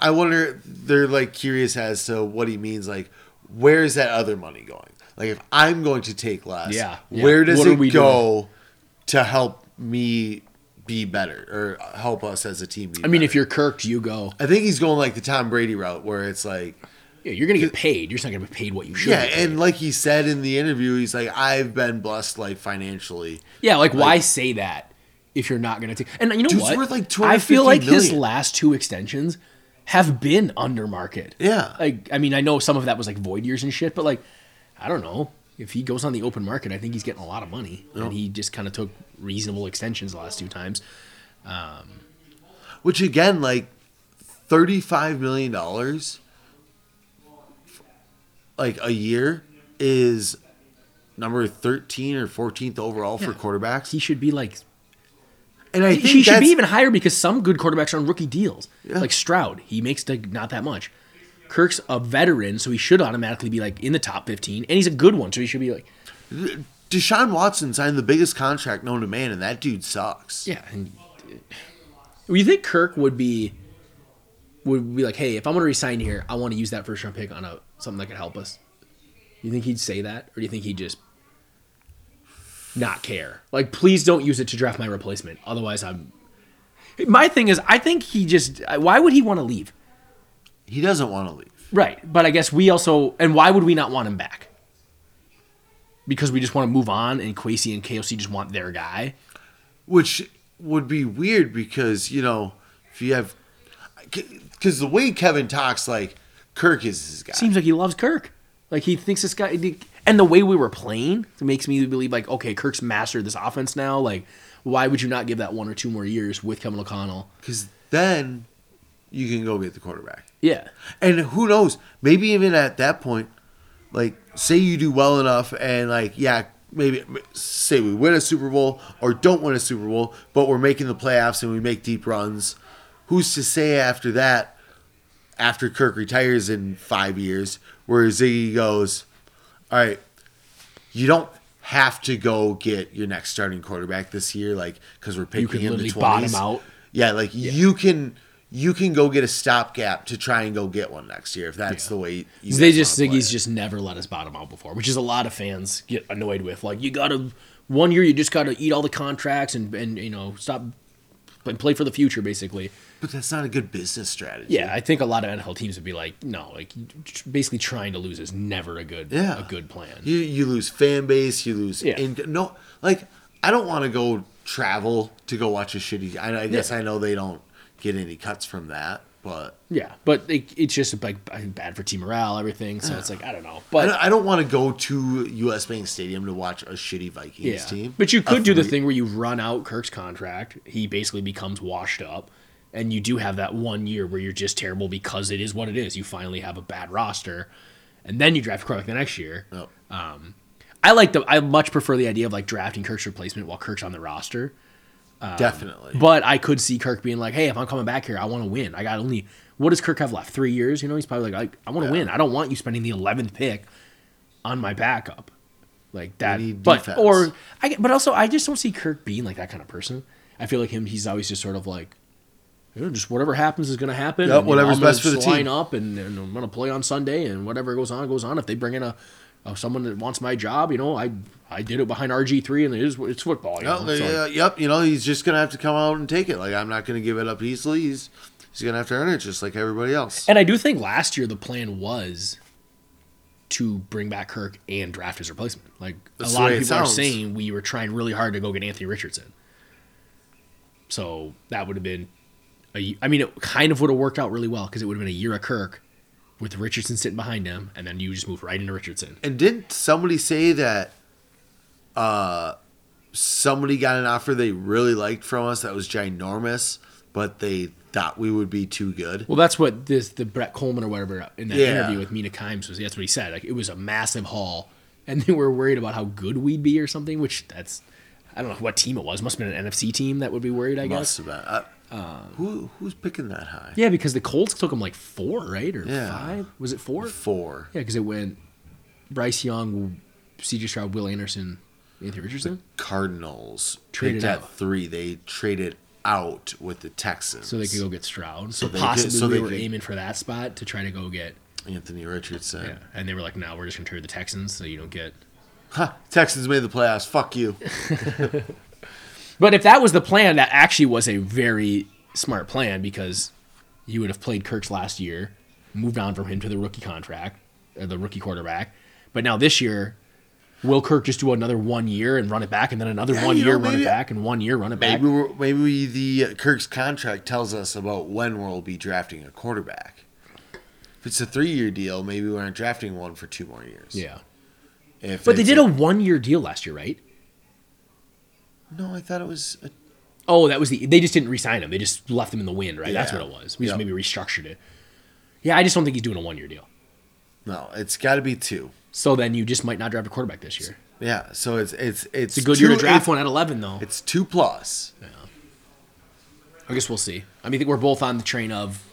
S2: I wonder they're like curious as to what he means. Like, where is that other money going? Like, if I'm going to take less,
S3: Yeah, yeah.
S2: where does
S3: What are
S2: it
S3: we
S2: go to help me be better or help us as a team. Be
S3: I mean,
S2: better.
S3: if you're Kirk, you go.
S2: I think he's going like the Tom Brady route where it's like,
S3: Yeah, you're gonna get paid. You're just not gonna be paid what you should.
S2: yeah,
S3: be paid.
S2: and like he said in the interview, he's like, I've been blessed like financially.
S3: yeah. Like, why say that if you're not gonna take? And you know
S2: Dude's
S3: what?
S2: worth, like,
S3: I feel like
S2: 250
S3: his
S2: million.
S3: last two extensions have been under market.
S2: Yeah.
S3: Like, I mean, I know some of that was like void years and shit, but like, I don't know. If he goes on the open market, I think he's getting a lot of money, and he just kind of took reasonable extensions the last two times.
S2: Which again, like thirty-five million dollars, like a year, is number thirteen or fourteenth overall for
S3: Yeah.
S2: quarterbacks.
S3: He should be like
S2: and I think
S3: he should
S2: that's,
S3: be even higher because some good quarterbacks are on rookie deals.
S2: Yeah.
S3: Like Stroud, he makes like not that much. Kirk's a veteran, so he should automatically be like in the top fifteen, and he's a good one, so he should be like
S2: Deshaun Watson signed the biggest contract known to man, and that dude sucks.
S3: yeah. And uh, well, you think Kirk would be would be like, hey, if I'm gonna resign here, I want to use that first round pick on a something that could help us. You think he'd say that, or do you think he'd just not care? Like, please don't use it to draft my replacement. Otherwise, I'm. My thing is, I think he just. Why would he want to leave?
S2: He doesn't want to leave.
S3: Right, but I guess we also and why would we not want him back? Because we just want to move on, and Quasi and KOC just want their guy.
S2: Which would be weird because, you know, if you have. Because the way Kevin talks, like, Kirk is his guy.
S3: Seems like he loves Kirk, like he thinks this guy. And the way we were playing makes me believe, like, okay, Kirk's mastered this offense now. Like, why would you not give that one or two more years with Kevin O'Connell?
S2: Because then you can go get the quarterback.
S3: Yeah,
S2: And who knows? Maybe even at that point, like, say you do well enough and, like, yeah, maybe say we win a Super Bowl or don't win a Super Bowl, but we're making the playoffs and we make deep runs. Who's to say after that, after Kirk retires in five years, where Ziggy goes, all right, you don't have to go get your next starting quarterback this year, like, because we're picking
S3: can
S2: in the
S3: literally
S2: 20s.
S3: bottom out.
S2: Yeah, like you can you can go get a stopgap to try and go get one next year if that's the way. You
S3: they
S2: guys
S3: just
S2: wanna play
S3: Ziggy's
S2: it.
S3: just never let us bottom out before, which is a lot of fans get annoyed with. Like, you gotta one year, you just gotta eat all the contracts and and you know stop and play for the future, basically.
S2: But that's not a good business strategy.
S3: Yeah, I think a lot of NFL teams would be like, no, like tr- basically trying to lose is never a good
S2: Yeah.
S3: a good plan.
S2: you you lose fan base, you lose.
S3: Yeah.
S2: in- no, like I don't want to go travel to go watch a shitty. I, I guess
S3: Yeah.
S2: I know they don't get any cuts from that, but
S3: Yeah, but it, it's just like b- bad for team morale, everything. So it's like I don't know,
S2: I
S3: but
S2: don't, I don't want to go to U.S. Bank Stadium to watch a shitty Vikings
S3: yeah.
S2: team.
S3: But you
S2: A
S3: could do the
S2: three-
S3: thing where you run out Kirk's contract; he basically becomes washed up, and you do have that one year where you're just terrible because it is what it is. You finally have a bad roster, and then you draft Kirk the next year.
S2: No.
S3: I like the I much prefer the idea of like drafting Kirk's replacement while Kirk's on the roster. Um,
S2: definitely.
S3: But I could see Kirk being like, "Hey, if I'm coming back here, I want to win. I got only what does Kirk have left? Three years? You know, he's probably like, I, I want to win. I don't want you spending the 11th pick on my backup, like that.
S2: need
S3: But
S2: defense.
S3: or I, but also I just don't see Kirk being like that kind of person. I feel like him. He's always just sort of like, you know, just whatever happens is going to happen.
S2: Yep,
S3: and, you
S2: whatever's
S3: know, I'm
S2: best for the
S3: gonna
S2: team.
S3: Line up, and, and I'm going to play on Sunday, and whatever goes on goes on. If they bring in a, a someone that wants my job, you know, I I did it behind RG three, and it is it's football. You
S2: No,
S3: know? So,
S2: Oh, yeah, yep. You know, he's just gonna have to come out and take it. Like I'm not gonna give it up easily. He's he's gonna have to earn it, just like everybody else.
S3: And I do think last year the plan was to bring back Kirk and draft his replacement. Like
S2: That's
S3: a
S2: the
S3: lot
S2: way
S3: of
S2: it
S3: people are
S2: sounds.
S3: saying we were trying really hard to go get Anthony Richardson. So that would have been a y- I mean it kind of would have worked out really well cuz it would have been a year of Kirk with Richardson sitting behind him and then you just move right into Richardson.
S2: And didn't somebody say that uh somebody got an offer they really liked from us that was ginormous, but they thought we would be too good?
S3: Well, that's what this the Brett Coleman or whatever in that
S2: Yeah.
S3: interview with Mina Kimes was. That's what he said. Like it was a massive haul, and they were worried about how good we'd be or something. Which that's I don't know what team it was. Must have been an NFC team that would be worried. I
S2: Must
S3: guess. Um,
S2: have been. Uh, who who's picking that high?
S3: Yeah, because the Colts took him like four, right, or
S2: Yeah.
S3: five? Was it four?
S2: Four.
S3: Yeah, because it went Bryce Young, C.J. Stroud, Will Anderson, Anthony Richardson.
S2: Cardinals
S3: Traded
S2: picked at
S3: out.
S2: three. They traded out with the Texans.
S3: So they could go get Stroud. So,
S2: they could-
S3: possibly
S2: so
S3: we
S2: they
S3: were
S2: could-
S3: aiming for that spot to try to go get.
S2: Anthony Richardson.
S3: Yeah. And they were like, no, we're just going to trade the Texans so you don't get
S2: Texans made the playoffs. Fuck you.
S3: But if that was the plan, that actually was a very smart plan because you would have played Kirk's last year, moved on from him to the rookie contract, or the rookie quarterback. But now this year, will Kirk just do another one year and run it back, and then another
S2: Yeah,
S3: one
S2: you
S3: year
S2: know,
S3: run it
S2: maybe-
S3: back, and one year run it back?
S2: Maybe we're, maybe the Kirk's contract tells us about when we'll be drafting a quarterback. If it's a three-year deal, maybe we aren't drafting one for two more years.
S3: Yeah.
S2: If
S3: But they
S2: it's
S3: did a one year deal last year, right?
S2: no. I thought it was a,
S3: Oh, that was the. They just didn't re-sign him. They just left him in the wind, right? That's
S2: Yeah.
S3: what it was. We just
S2: Yep.
S3: maybe restructured it. Yeah, I just don't think he's doing a one-year deal.
S2: no. It's got to be two.
S3: So then you just might not draft a quarterback this year.
S2: Yeah. So it's it's it's,
S3: It's a good
S2: two,
S3: year to draft
S2: it-
S3: one at eleven, though.
S2: It's two plus.
S3: I guess we'll see. I mean, I think we're both on the train of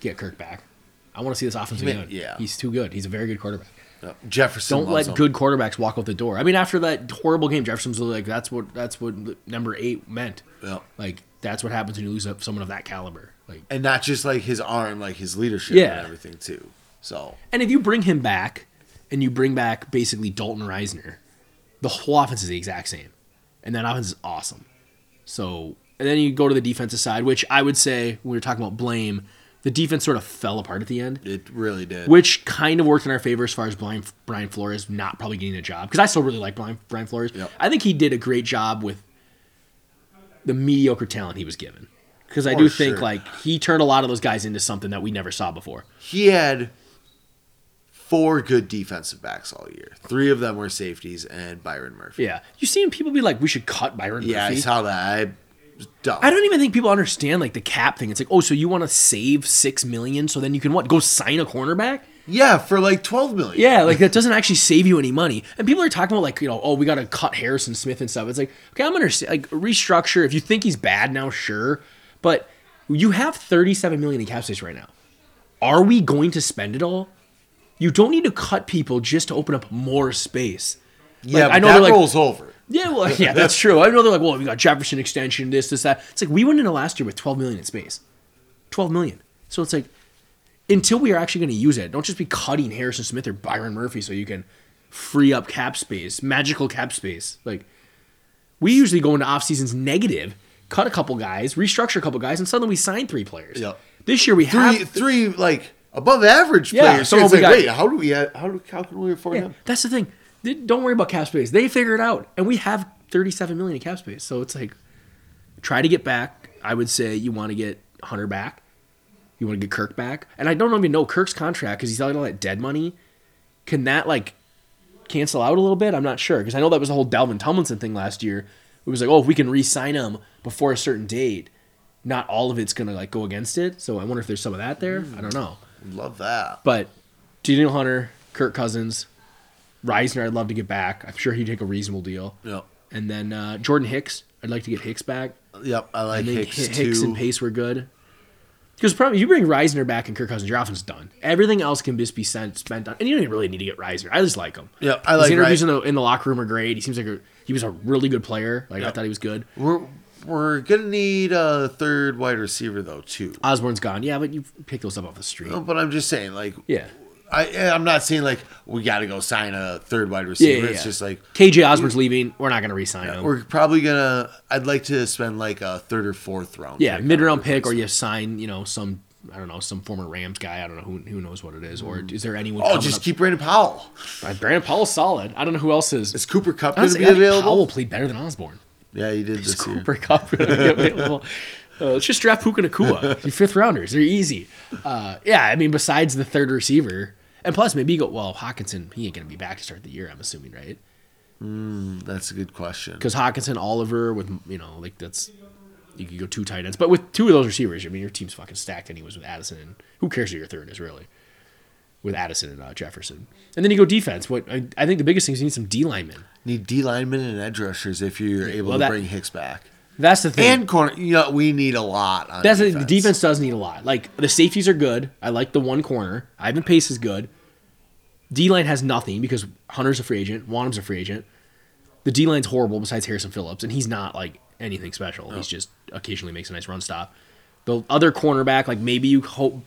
S3: get Kirk back. I want to see this offensive
S2: Yeah,
S3: again.
S2: yeah.
S3: he's too good. He's a very good quarterback.
S2: No, Uh, Jefferson.
S3: Don't
S2: loves
S3: let
S2: him.
S3: good quarterbacks walk out the door. I mean, after that horrible game, Jefferson's like, "That's what that's what number eight meant."
S2: Yeah.
S3: Like that's what happens when you lose up someone of that caliber. Like,
S2: and not just like his arm, like his leadership
S3: Yeah.
S2: and everything too. So
S3: and if you bring him back, and you bring back basically Dalton Reisner, the whole offense is the exact same, and that offense is awesome. So, and then you go to the defensive side, which I would say when we were talking about blame, the defense sort of fell apart at the end.
S2: it really did.
S3: which kind of worked in our favor as far as Brian, Brian Flores not probably getting a job because I still really like Brian, Brian Flores.
S2: Yep.
S3: I think he did a great job with the mediocre talent he was given because I
S2: For
S3: do think
S2: sure.
S3: like he turned a lot of those guys into something that we never saw before.
S2: he had four good defensive backs all year. Three of them were safeties and Byron Murphy.
S3: Yeah, you seen people be like, we should cut Byron
S2: Yeah, I
S3: Murphy.
S2: saw that. I was dumb.
S3: I don't even think people understand like the cap thing. It's like, oh, so you want to save six million, so then you can what? Go sign a cornerback?
S2: yeah, for like twelve million.
S3: Yeah, like that doesn't actually save you any money. And people are talking about like, you know, oh, we got to cut Harrison Smith and stuff. It's like, okay, I'm understand like restructure. If you think he's bad now, sure, but you have 37 million in cap space right now. Are we going to spend it all? You don't need to cut people just to open up more space.
S2: yeah.
S3: Like,
S2: but
S3: I know
S2: that
S3: they're like-
S2: rolls over.
S3: Yeah, well, yeah, that's true. I know they're like, well, we got Jefferson extension, this, this, that. It's like we went into last year with 12 million in space, 12 million. So it's like until we are actually going to use it, don't just be cutting Harrison Smith or Byron Murphy so you can free up cap space, magical cap space. Like we usually go into off seasons negative, cut a couple guys, restructure a couple guys, and suddenly we sign three players.
S2: Yep.
S3: This year we have
S2: Three, three like above average
S3: Yeah,
S2: players. So
S3: someone
S2: it's
S3: we
S2: like,
S3: got-
S2: wait, how do we? How do? How can we afford
S3: Yeah,
S2: him?
S3: that's the thing. They- Don't worry about cap space. They figure it out, and we have 37 million in cap space. So it's like, try to get back. I would say you want to get Hunter back. You want to get Kirk back, and I don't even know Kirk's contract because he's out all that dead money. Can that like cancel out a little bit? I'm not sure because I know that was the whole Dalvin Tomlinson thing last year. It was like, oh, if we can re-sign him before a certain date, not all of it's gonna like go against it. So I wonder if there's some of that there. I don't know.
S2: Love that.
S3: But Daniel Hunter, Kirk Cousins, Reisner, I'd love to get back. I'm sure he'd take a reasonable deal.
S2: Yep.
S3: And then uh, Jordan Hicks, I'd like to get Hicks back.
S2: Yep. I
S3: I
S2: like
S3: think
S2: Hicks,
S3: Hi- Hicks
S2: too.
S3: and Pace were good. Because probably you bring Reisner back and Kirk Cousins, your offense is done. Everything else can just be sent, spent on, and you don't even really need to get Reisner. I just like him.
S2: Yeah, I
S3: His
S2: like
S3: interviews
S2: Reis-
S3: in the in the locker room are great. He seems like a, he was a really good player. Like I
S2: Yep.
S3: thought he was good.
S2: We're we're gonna need a third wide receiver though too.
S3: Osborne's gone, yeah, but you pick those up off the street.
S2: No, but I'm just saying, like,
S3: Yeah.
S2: I and I'm not saying like we got to go sign a third wide receiver.
S3: yeah,
S2: it's
S3: yeah.
S2: just like
S3: KJ Osborne's leaving. We're not going to re-sign him.
S2: we're probably gonna. I'd like to spend like a third or fourth round.
S3: Yeah,
S2: pick
S3: mid round
S2: on
S3: pick, or
S2: replacement.
S3: you sign, you know, some I don't know, some former Rams guy. I don't know who who knows what it is, or is there anyone?
S2: Oh,
S3: coming
S2: just
S3: up?
S2: keep Brandon Powell.
S3: Uh, Brandon Paul's solid. I don't know who else is.
S2: Is Cooper Cup going to
S3: Honestly,
S2: be
S3: I think
S2: available?
S3: Powell played better than Osborne.
S2: Yeah, he did this year.
S3: Cooper Cup really available. Uh, let's just draft Puka Nakua. Your fifth rounders, they're easy. Uh, yeah, I mean, besides the third receiver, and plus maybe you go well Hawkinson. He ain't gonna be back to start the year. I'm assuming, right?
S2: That's a good question.
S3: Because Hawkinson, Oliver, with you know, like that's you could go two tight ends, but with two of those receivers, I mean, your team's fucking stacked. Anyways, with Addison, and who cares who your third is really? With Addison and uh, Jefferson, and then you go defense. What I, I think the biggest thing is you need some D linemen.
S2: Need D linemen and edge rushers if you're able
S3: well,
S2: to
S3: that-
S2: bring Hicks back
S3: That's the thing.
S2: and corner. You know, we need a lot. On
S3: That's the
S2: defense.
S3: the defense does need a lot. Like the safeties are good. I like the one corner. Ivan Pace is good. D line has nothing because Hunter's a free agent. Wanham's a free agent. The D line's horrible besides Harrison Phillips, and he's not like anything special. He's just occasionally makes a nice run stop. The other cornerback, like maybe you hope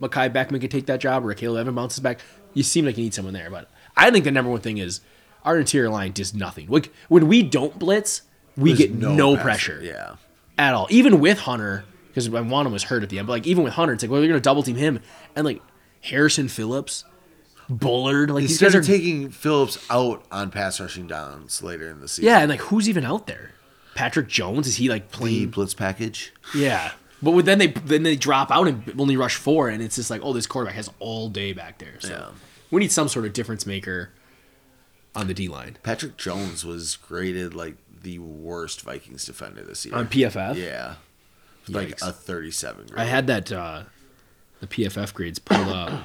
S3: Makai Beckman can take that job or Caleb Evan bounces back. You seem like you need someone there, but I think the number one thing is our interior line does nothing. Like when we don't blitz, we
S2: There's
S3: get no
S2: pass-
S3: pressure
S2: Yeah.
S3: at all. Even with Hunter, because Wanham was hurt at the end, but like even with Hunter, it's like, well, they're gonna double team him and like Harrison Phillips, Bullard, like these
S2: Instead
S3: guys are
S2: of taking Phillips out on pass rushing downs later in the season.
S3: yeah, and like who's even out there? Patrick Jones is he like
S2: The
S3: playing?
S2: blitz package.
S3: Yeah, but with- then they then they drop out and only rush four, and it's just like, oh, this quarterback has all day back there. So
S2: Yeah.
S3: we need some sort of difference maker on the D line
S2: Patrick Jones was graded like the worst Vikings defender this year.
S3: on PFF.
S2: Yeah. With, Like
S3: Yikes.
S2: a 37 grade.
S3: I had that uh the PFF grades pulled up.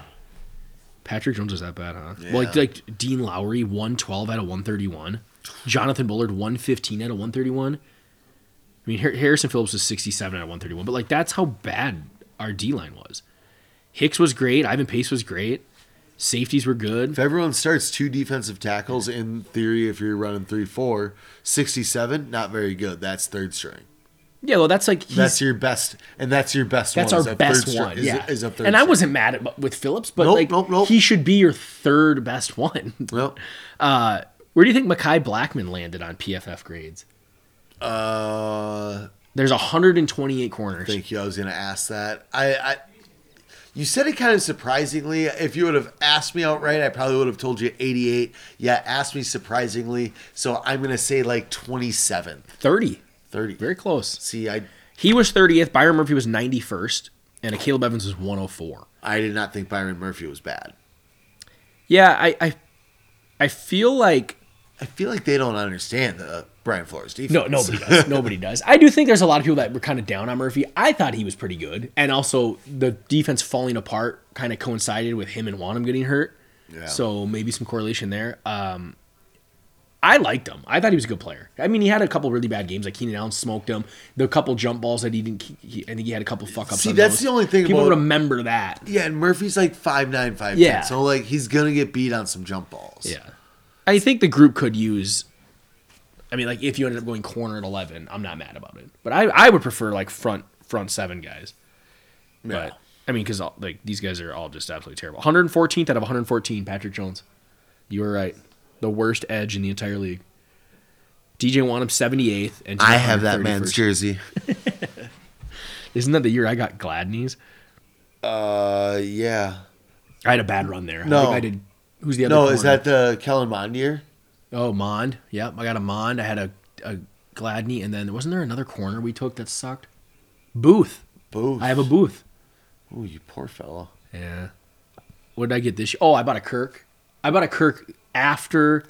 S3: Patrick Jones was that bad, huh? Well, like,
S2: Yeah.
S3: like Dean Lowry, one twelve out of one thirty one. Jonathan Bullard, one fifteen out of one thirty one. I mean, Har- Harrison Phillips was sixty seven out of one thirty one, but like that's how bad our D line was. Hicks was great. Ivan Pace was great. Safeties were good.
S2: if everyone starts two defensive tackles, in theory, if you're running 3 4, 67, not very good. That's third string.
S3: Yeah, well, that's like he's,
S2: That's your best. And that's your best
S3: That's
S2: one.
S3: our
S2: is that
S3: best
S2: third string-
S3: one.
S2: Is,
S3: yeah.
S2: is a third
S3: and I
S2: string.
S3: wasn't mad at, with Phillips, but
S2: Nope,
S3: like
S2: nope, nope.
S3: he should be your third best one.
S2: Well,
S3: Uh, where do you think Makai Blackman landed on PFF grades?
S2: uh,
S3: There's 128 corners.
S2: Thank you. I was going to ask that. I, I, you said it kind of surprisingly. If you would have asked me outright, I probably would have told you 88. Yeah, asked me surprisingly. So I'm going to say like 27,
S3: 30.
S2: 30.
S3: Very close.
S2: See, I,
S3: He was 30th. Byron Murphy was 91st. And Caleb Evans was 104.
S2: I did not think Byron Murphy was bad.
S3: Yeah, I, I, I feel like
S2: I feel like they don't understand the uh, Brian Flores defense.
S3: no, nobody does. Nobody does. I do think there's a lot of people that were kind of down on Murphy. I thought he was pretty good, and also the defense falling apart kind of coincided with him and Wanham getting hurt.
S2: Yeah.
S3: So maybe some correlation there. Um, I liked him. I thought he was a good player. I mean, he had a couple really bad games. Like Keenan Allen smoked him. The couple jump balls that he didn't. He, he- I think he had a couple fuck ups.
S2: See, that's the only thing
S3: people
S2: about-
S3: remember that.
S2: Yeah, and Murphy's like five nine five.
S3: Yeah.
S2: So like he's gonna get beat on some jump balls.
S3: Yeah. I think the group could use. I mean, like if you ended up going corner at eleven, I'm not mad about it. But I, I would prefer like front front seven guys.
S2: Yeah.
S3: But I mean, because like these guys are all just absolutely terrible. 114th out of 114, Patrick Jones. You were right. The worst edge in the entire league. DJ Wanham 78th, and
S2: I have that
S3: 131st.
S2: man's jersey.
S3: Isn't that the year I got Gladney's?
S2: Uh, yeah.
S3: I had a bad run there. I
S2: No.
S3: think I did. Who's the other?
S2: No, is
S3: corner?
S2: that the Kellen Mond year?
S3: Oh, Mond. Yep, I got a Mond. I had a, a Gladney, and then wasn't there another corner we took that sucked? Booth.
S2: Booth.
S3: I have a Booth.
S2: Ooh, you poor fellow.
S3: Yeah. What did I get this? year? Oh, I bought a Kirk. I bought a Kirk after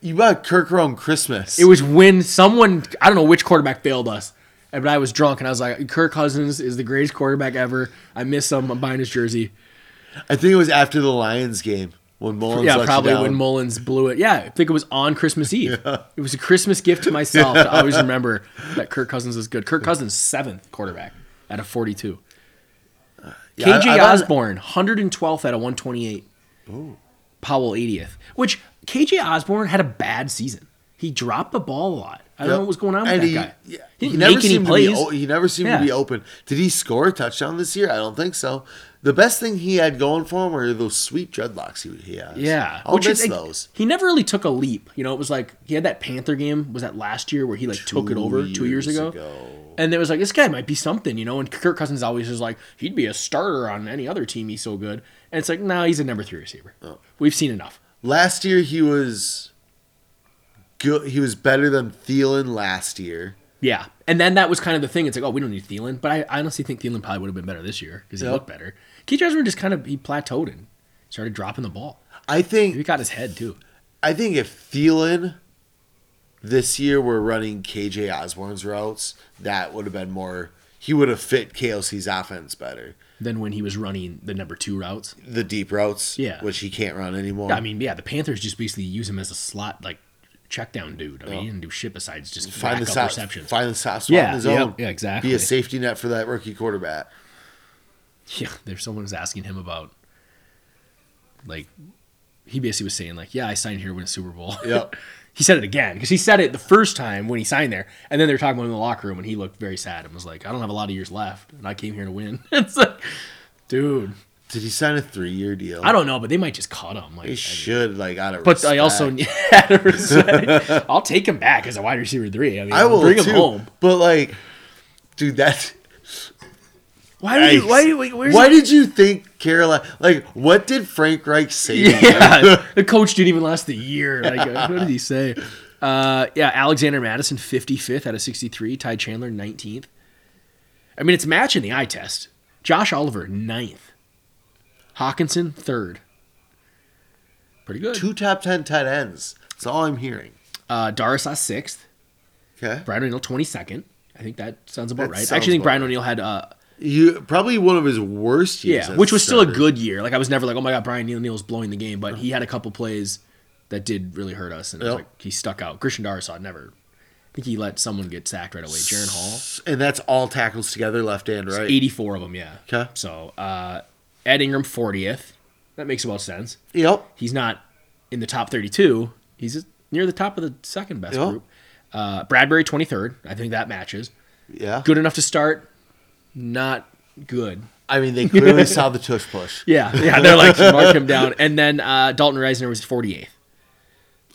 S2: You bought Kirk around Christmas.
S3: it was when someone I don't know which quarterback failed us, but I was drunk and I was like, Kirk Cousins is the greatest quarterback ever. I miss him. I'm buying his jersey.
S2: I think it was after the Lions game when Mullins.
S3: yeah,
S2: let you
S3: probably
S2: down.
S3: when Mullins blew it. Yeah, I think it was on Christmas Eve. It was a Christmas gift to myself to always remember that Kirk Cousins is good. Kirk Cousins seventh quarterback out of forty two.
S2: Uh, Yeah, I-
S3: KJ
S2: I bought-
S3: Osborne hundred and twelfth out of one twenty eight. Powell eightieth. Which KJ Osborne had a bad season. He dropped the ball a lot. I don't know what was going on with
S2: And
S3: that
S2: he,
S3: guy.
S2: yeah,
S3: He
S2: he
S3: didn't
S2: never
S3: make any
S2: seemed to be.
S3: plays.
S2: o- He never seemed
S3: Yeah.
S2: to be open. Did he score a touchdown this year? I don't think so. The best thing he had going for him were those sweet dreadlocks he, he has.
S3: Yeah,
S2: I'll miss
S3: like,
S2: those.
S3: He never really took a leap. You know, it was like he had that Panther game. Was that last year where he like took it over two years ago? And it was like this guy might be something, you know. And Kirk Cousins always is like he'd be a starter on any other team. He's so good. And it's like no, he's a number three receiver. We've seen enough.
S2: Last year he was good. He was better than Thielen last year.
S3: Yeah, and then that was kind of the thing. It's like oh, we don't need Thielen, but I, I honestly think Thielen probably would have been better this year because he
S2: Yep.
S3: looked better. Keith Osborne just kind of he plateaued and started dropping the ball.
S2: I think
S3: He got his head too.
S2: I think if Thielen this year were running KJ Osborne's routes, that would have been more. He would have fit KLC's offense better.
S3: Then when he was running the number two routes,
S2: The deep routes,
S3: Yeah.
S2: which he can't run anymore.
S3: I mean, yeah, the Panthers just basically use him as a slot like check down dude. I mean, he didn't do shit besides just
S2: find the
S3: up
S2: soft,
S3: reception.
S2: find the soft spot
S3: Yeah,
S2: in his
S3: yep,
S2: own.
S3: yeah, exactly.
S2: Be a safety net for that rookie quarterback.
S3: Yeah, there's someone was asking him about like he basically was saying like, yeah, I signed here to win a Super Bowl.
S2: Yep.
S3: he said it again because he said it the first time when he signed there, and then they were talking about him in the locker room, and he looked very sad and was like, I don't have a lot of years left, and I came here to win. it's like, dude,
S2: Did he sign a three year deal?
S3: I don't know, but they might just cut him. Like,
S2: He should like out of.
S3: but I also
S2: respect.
S3: out of respect, I'll take him back as a wide receiver three. I mean,
S2: I will
S3: bring
S2: too,
S3: him home.
S2: But like, dude, that.
S3: Why did you? Why did
S2: Why did you think Carolina? Like, what did Frank Reich say? to you?
S3: Yeah, the coach didn't even last a year. Like, what did he say? Uh, yeah, Alexander Madison, 55th out of 63. Ty Chandler, 19th. I mean, it's match in the eye test. Josh Oliver, 9th. Hawkinson, 3rd. Pretty good.
S2: Two top ten tight ends. That's all I'm hearing.
S3: Uh, Darisaw, 6th.
S2: Okay.
S3: Brian O'Neill, 22nd. I think that sounds about
S2: That
S3: right.
S2: sounds
S3: I actually think
S2: about
S3: Brian O'Neill had, uh,
S2: You probably one of his worst years.
S3: yeah,
S2: as
S3: which was still a
S2: starter.
S3: good year. Like, I was never like, oh my God, Brian O'Neill's blowing the game, but he had a couple plays that did really hurt us. And it was
S2: Yep.
S3: like, he stuck out. Christian Darisaw never I think he let someone get sacked right away. Jaron Hall,
S2: and that's all tackles together, left and right.
S3: 84 of them, yeah.
S2: 'Kay.
S3: So, uh, Ed Ingram, 40th. That makes about sense.
S2: Yep.
S3: He's not in the top 32. He's just near the top of the second best
S2: Yeah.
S3: group. Uh, Bradbury, 23rd. I think that matches.
S2: Yeah.
S3: Good enough to start, not good.
S2: I mean, they clearly saw the tush push.
S3: Yeah, yeah. They're like, mark him down. And then uh, Dalton Reisner was 48th.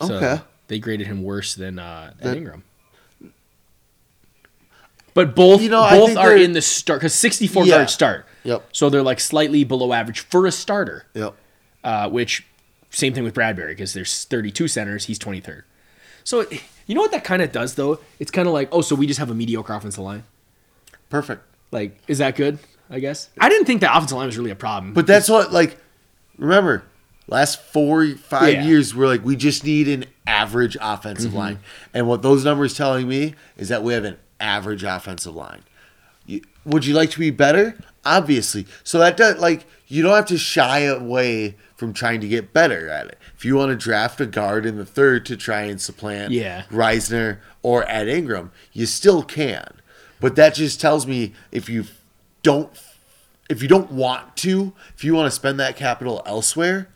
S3: So
S2: Okay.
S3: They graded him worse than uh, Ed
S2: That-
S3: Ingram. But both
S2: You know, I
S3: both
S2: think
S3: are
S2: they're-
S3: in the start because 64
S2: Yeah.
S3: yard start.
S2: Yep.
S3: So they're like slightly below average for a starter,
S2: Yep.
S3: uh, which same thing with Bradbury because there's 32 centers, he's 23rd. So it- you know what that kind of does though? It's kind of like oh, so we just have a mediocre offensive line.
S2: Perfect.
S3: Like, is that good? I guess I didn't think that offensive line was really a problem.
S2: But that's what like. Remember, last four five
S3: Yeah. Mm-hmm.
S2: years, we're like we just need an average offensive line, and what those numbers telling me is that we have an average offensive line. You, would you like to be better? Obviously. So that does like you don't have to shy away from trying to get better at it. If you want to draft a guard in the third to try and supplant
S3: Yeah.
S2: Reisner or Ed Ingram, you still can. But that just tells me if you don't if you don't want to, if you want to spend that capital elsewhere,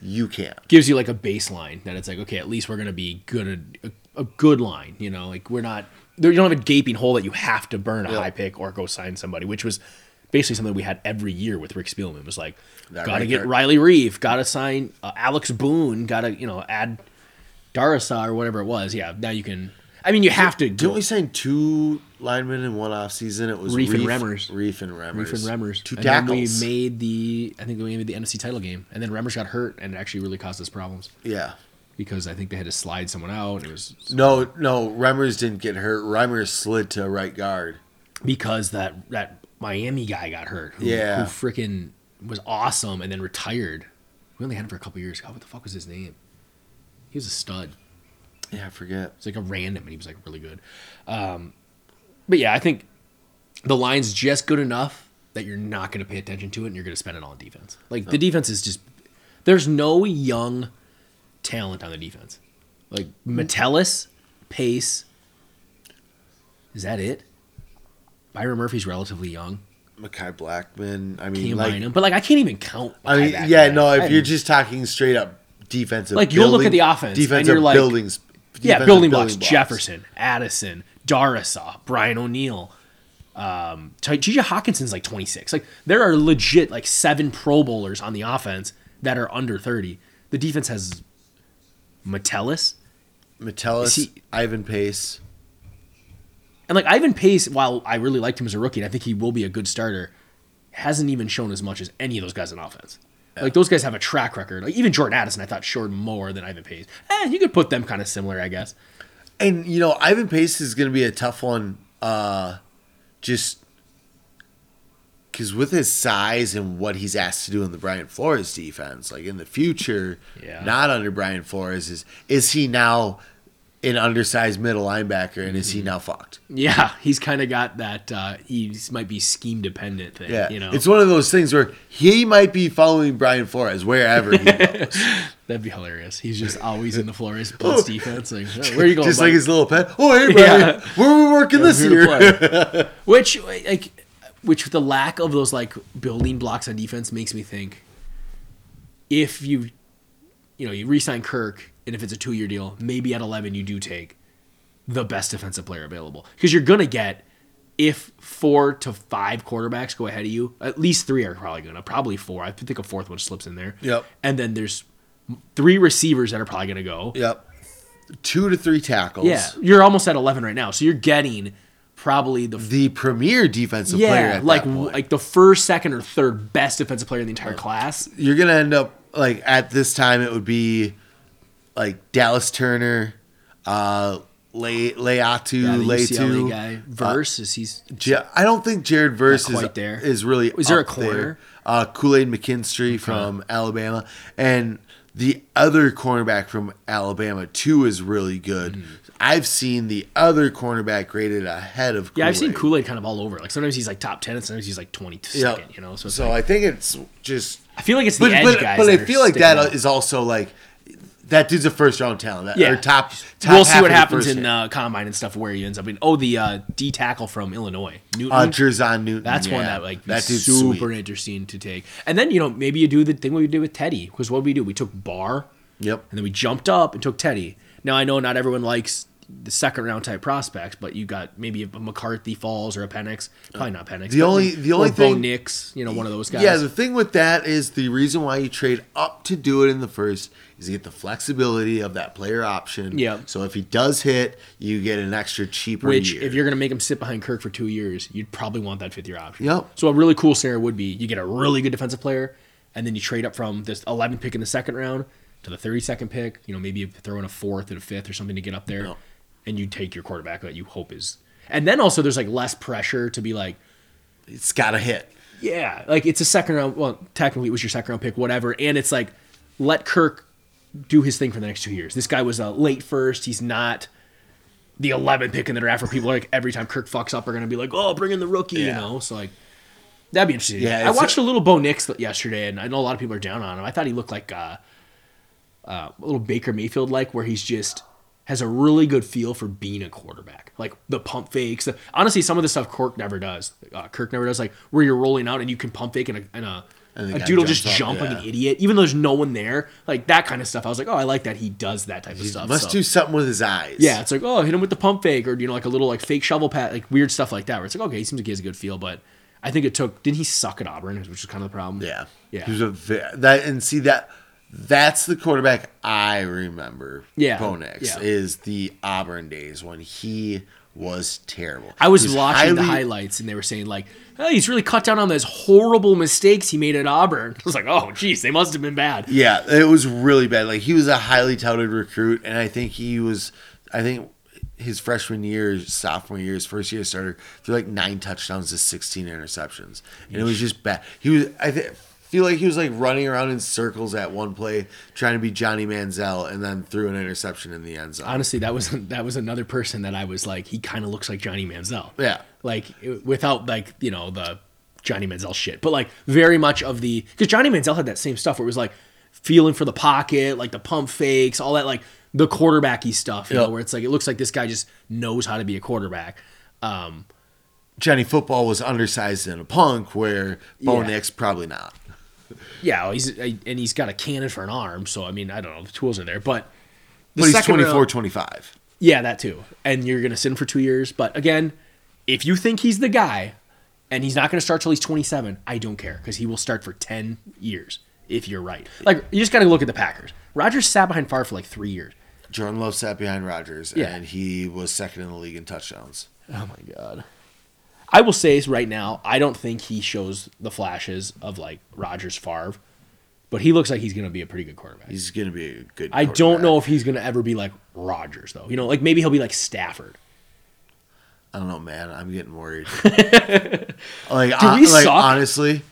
S2: you can.
S3: gives you like a baseline that it's like okay at least we're gonna be good at a, a good line you know like we're not there you don't have a gaping hole that you have to burn a high pick or go sign somebody which was basically something we had every year with Rick Spielman it was like
S2: That
S3: gotta
S2: right
S3: get
S2: there.
S3: Riley Reeve gotta sign uh, Alex Boone gotta you know add Darasa or whatever it was yeah now you can I mean you have to
S2: Didn't
S3: do
S2: we sign two linemen in one offseason? It was
S3: Reef and Remmers.
S2: Reef and Remmers.
S3: Reef and Remmers
S2: Two
S3: and then
S2: tackles.
S3: we made the I think we made the NFC title game and then Remmers got hurt and it actually really caused us problems
S2: yeah.
S3: because I think they had to slide someone out and it was
S2: No, no, Remmers didn't get hurt. Remmers slid to right guard.
S3: because that that Miami guy got hurt. Who,
S2: Yeah.
S3: who freaking was awesome and then retired. We only had him for a couple years. God, what the fuck was his name? He was a stud.
S2: Yeah, I forget.
S3: It's like a random, and he was like really good. Um, but yeah, I think the line's just good enough that you're not going to pay attention to it, and you're going to spend it all on defense. Like
S2: Oh.
S3: the defense is just there's no young talent on the defense. Like
S2: Hmm.
S3: Metellus, Pace. Is that it? Byron Murphy's relatively young.
S2: Makai Blackman. I mean,
S3: Cam
S2: like,
S3: Bynum, but like I can't even count.
S2: I mean,
S3: Makai
S2: yeah,
S3: Blackman.
S2: no. If
S3: I-
S2: you're just talking straight up defensive,
S3: Like, you'll look at the offense, and
S2: defensive
S3: you're like-
S2: buildings,
S3: yeah,
S2: defensive
S3: building blocks, Jefferson, Addison, Darasaw, Brian O'Neill. Um, T- T.J. Hawkinson's like 26. Like there are legit like seven Pro Bowlers on the offense that are under 30. The defense has Metellus
S2: Metellus,
S3: Is he-
S2: Ivan Pace.
S3: and like Ivan Pace. While I really liked him as a rookie, and I think he will be a good starter, hasn't even shown as much as any of those guys on offense. Like those guys have a track record. Like even Jordan Addison, I thought showed more than Ivan Pace. Eh, you could put them kind of similar, I guess.
S2: And you know, Ivan Pace is going to be a tough one, uh, just because with his size and what he's asked to do in the Brian Flores defense, like in the future,
S3: Yeah.
S2: not under Brian Flores, is is he now an undersized middle linebacker, and
S3: Mm-hmm.
S2: is he now fucked?
S3: Yeah, he's kind of got that. Uh, he might be scheme dependent thing.
S2: Yeah,
S3: you know,
S2: it's one of those things where he might be following Brian Flores wherever he goes.
S3: that'd be hilarious. He's just always in the Flores blitz defense. Like, "Oh, where are you going?
S2: Just
S3: buddy?"
S2: like his little pet. Oh, hey, Brian,
S3: Yeah.
S2: where are we working this
S3: Here
S2: year?
S3: to play. which, like, which the lack of those like building blocks on defense makes me think. If you, you know, you re-sign Kirk, and if it's a two-year deal, maybe at eleven you do take the best defensive player available because you're gonna get if four to five quarterbacks go ahead of you, at least three are probably gonna, probably four. I think a fourth one slips in there.
S2: Yep.
S3: And then there's three receivers that are probably gonna go.
S2: Yep. Two to three tackles.
S3: Yeah, you're almost at 11 right now, so you're getting probably the
S2: The premier defensive player
S3: yeah,
S2: at
S3: like
S2: that point.
S3: like the first, second, or third best defensive player in the entire class.
S2: you're gonna end up like at this time it would be like Dallas Turner, uh Le- Leatu,
S3: Yeah, the UCLA
S2: Leatu.
S3: guy versus he's
S2: Ja- I don't think Jared Verse
S3: Not
S2: is,
S3: quite there.
S2: is really
S3: Was there a
S2: up
S3: corner?
S2: Uh, Kool Aid McKinstry from Alabama and the other cornerback from Alabama too is really good.
S3: Hmm.
S2: I've seen the other cornerback graded ahead of Kool-Aid.
S3: yeah. I've seen Kool Aid kind of all over. Like sometimes he's like top ten, and sometimes he's like twenty
S2: Yeah.
S3: second. You know, so, it's
S2: so
S3: like,
S2: I think it's just
S3: I feel like it's the
S2: but
S3: edge
S2: but,
S3: guys.
S2: but I
S3: that are
S2: feel like
S3: sticking
S2: that is
S3: out.
S2: also like that dude's a first round talent. That,
S3: Yeah.
S2: or top, top.
S3: We'll see
S2: half
S3: what
S2: of the
S3: happens
S2: first
S3: in
S2: round.
S3: uh, combine and stuff where he ends up. in. oh, the uh, D tackle from Illinois, Newton.
S2: uh, Jerzon Newton.
S3: That's one
S2: yeah.
S3: that like
S2: that dude's
S3: super
S2: sweet.
S3: interesting to take. And then you know maybe you do the thing we did with Teddy because what did we do? We took Barr
S2: Yep.
S3: and then we jumped up and took Teddy. Now I know not everyone likes the second round type prospects, but you got maybe a McCarthy falls or a Penix, probably not Penix.
S2: The
S3: but
S2: only-
S3: then-
S2: the only
S3: or Bo
S2: thing-
S3: Nix, you know, one of those guys.
S2: Yeah, the thing with that is the reason why you trade up to do it in the first is you get the flexibility of that player option.
S3: Yep.
S2: So if he does hit, you get an extra cheaper
S3: which,
S2: year.
S3: if you're going to make him sit behind Kirk for two years, you'd probably want that fifth year option.
S2: Yep.
S3: So, a really cool scenario would be you get a really good defensive player, and then you trade up from this 11th pick in the second round to the 32nd pick. You know, maybe you throw in a fourth and a fifth or something to get up there, and you take your quarterback that you hope is. And then also, there's like less pressure to be like,
S2: it's got to hit.
S3: yeah, like it's a second round. Well, technically it was your second round pick, whatever. And it's like, let Kirk do his thing for the next two years. This guy was a late first. He's not the 11th pick in the draft where people are like, every time Kirk fucks up, are going to be like, oh, bring in the rookie, you
S2: Yeah.
S3: know? So, like, that'd be interesting.
S2: Yeah,
S3: I
S2: it's-
S3: watched a little Bo Nix yesterday, and I know a lot of people are down on him. I thought he looked like uh, uh, a little Baker Mayfield like, where he's just has a really good feel for being a quarterback, like the pump fakes. The, honestly, some of the stuff Kirk never does. Uh, Kirk never does, like where you're rolling out and you can pump fake and a, and a,
S2: And the
S3: a
S2: guy
S3: dude will just
S2: jumps up,
S3: jump like an
S2: yeah.
S3: idiot, even though there's no one there. Like that kind of stuff. I was like, oh, I like that he does that type of stuff.
S2: Must
S3: so-
S2: do something with his eyes.
S3: yeah, it's like, oh, hit him with the pump fake or, you know, like a little like fake shovel pat, like weird stuff like that where it's like, okay, he seems like he has a good feel, but I think it took, didn't he suck at Auburn, which is kind of the problem?
S2: Yeah.
S3: Yeah.
S2: He was a ve- that and see that that's the quarterback I remember.
S3: Yeah.
S2: Ponex
S3: Yeah.
S2: is the Auburn days when he was terrible.
S3: I was
S2: He
S3: watching the
S2: highly-
S3: highlights and they were saying like, oh, he's really cut down on those horrible mistakes he made at Auburn. I was like, oh, geez, they must have been bad.
S2: Yeah, it was really bad. Like he was a highly touted recruit, and I think he was. I think his freshman year, sophomore year, his first year starter, threw like nine touchdowns to sixteen interceptions, and it was just bad. He was. I th- feel like he was like running around in circles at one play, trying to be Johnny Manziel, and then threw an interception in the end zone.
S3: Honestly, that was that was another person that I was like, he kind of looks like Johnny Manziel.
S2: Yeah.
S3: like it- without like you know the Johnny Manziel shit, but like very much of the because Johnny Manziel had that same stuff where it was like feeling for the pocket, like the pump fakes, all that like the quarterbacky stuff, you
S2: Yeah.
S3: know, where it's like it looks like this guy just knows how to be a quarterback. Um,
S2: Johnny football was undersized and a punk, where Bo
S3: Yeah.
S2: Nix probably not.
S3: yeah, well, he's I- and he's got a cannon for an arm, so I mean I don't know the tools are there, but the
S2: But he's
S3: second
S2: 24,
S3: round-
S2: 25.
S3: Yeah, that too. And you're going to sit him for two years. But again, if you think he's the guy and he's not going to start till he's 27, I don't care because he will start for 10 years if you're right. Like, you just got to look at the Packers. Rodgers sat behind Favre for like three years.
S2: Jordan Love sat behind Rodgers,
S3: Yeah.
S2: and he was second in the league in touchdowns.
S3: Oh my God. I will say right now, I don't think he shows the flashes of like Rodgers Favre, but he looks like he's going to be a pretty good quarterback.
S2: He's gonna be a good.
S3: I don't
S2: quarterback.
S3: know if he's going to ever be like Rodgers, though. You know, like maybe he'll be like Stafford.
S2: I don't know, man. I'm getting worried. like,
S3: Do
S2: hon-
S3: we
S2: like
S3: suck?
S2: honestly,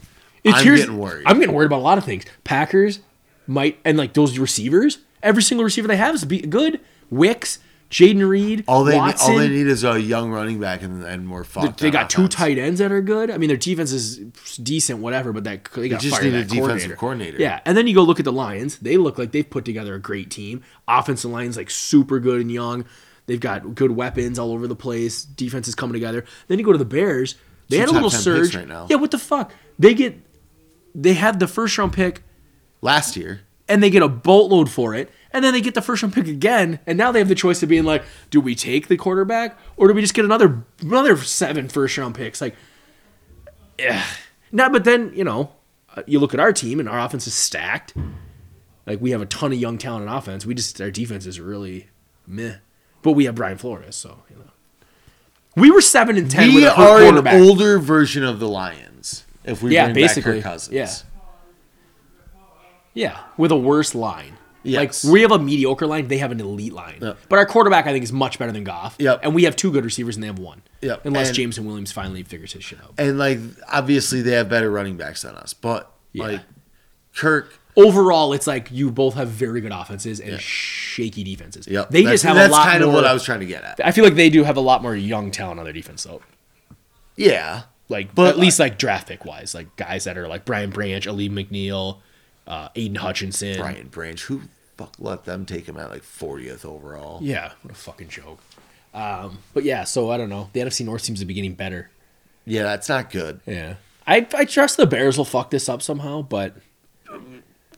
S2: I'm
S3: here's-
S2: getting worried.
S3: I'm getting worried about a lot of things. Packers might and like those receivers. Every single receiver they have is be good. Wicks, Jaden Reed,
S2: all they
S3: Watson.
S2: all they need is a young running back and, and more fuck.
S3: They got two tight ends that are good. I mean, their defense is decent, whatever. But that they, got
S2: just
S3: fired
S2: need a
S3: that
S2: defensive coordinator.
S3: Yeah, and then you go look at the Lions. They look like they've put together a great team. Offensive line's like super good and young. They've got good weapons all over the place. Defense is coming together. Then you go to the Bears. They
S2: Two
S3: had a
S2: top
S3: little
S2: 10 picks
S3: surge.
S2: right now.
S3: Yeah, what the fuck? They get. They had the first round pick
S2: last year.
S3: and they get a boatload for it. And then they get the first round pick again, and now they have the choice of being like, do we take the quarterback or do we just get another another seven first round picks? Like, yeah. Now, but then you know, uh, you look at our team and our offense is stacked. Like we have a ton of young talent on offense. We just our defense is really meh, but we have Brian Flores, so you know. We were seven and ten.
S2: We
S3: with a
S2: are
S3: hurt
S2: an
S3: quarterback.
S2: older version of the Lions. If we
S3: Yeah,
S2: bring
S3: basically.
S2: back Kirk Cousins,
S3: Yeah. Yeah, with a worse line.
S2: Yes.
S3: Like we have a mediocre line, they have an elite line.
S2: Yep.
S3: But our quarterback, I think, is much better than Goff.
S2: Yep.
S3: And we have two good receivers, and they have one.
S2: Yep.
S3: Unless
S2: And-
S3: Jameson Williams finally figures his shit out.
S2: and like obviously they have better running backs than us, but
S3: Yeah.
S2: like Kirk,
S3: Overall, it's like you both have very good offenses and shaky defenses.
S2: yep,
S3: They
S2: that's-
S3: just have
S2: that's
S3: a lot.
S2: kind
S3: more,
S2: of what I was trying to get at.
S3: I feel like they do have a lot more young talent on their defense, though.
S2: Yeah,
S3: Like,
S2: But-
S3: at least like draft pick wise, like guys that are like Brian Branch, Ali McNeil, uh, Aiden Hutchinson.
S2: Brian Branch, who fuck let them take him at like 40th overall?
S3: Yeah, what a fucking joke. Um, but yeah, so I don't know. The NFC North seems to be getting better.
S2: Yeah, that's not good.
S3: Yeah. I, I trust the Bears will fuck this up somehow, but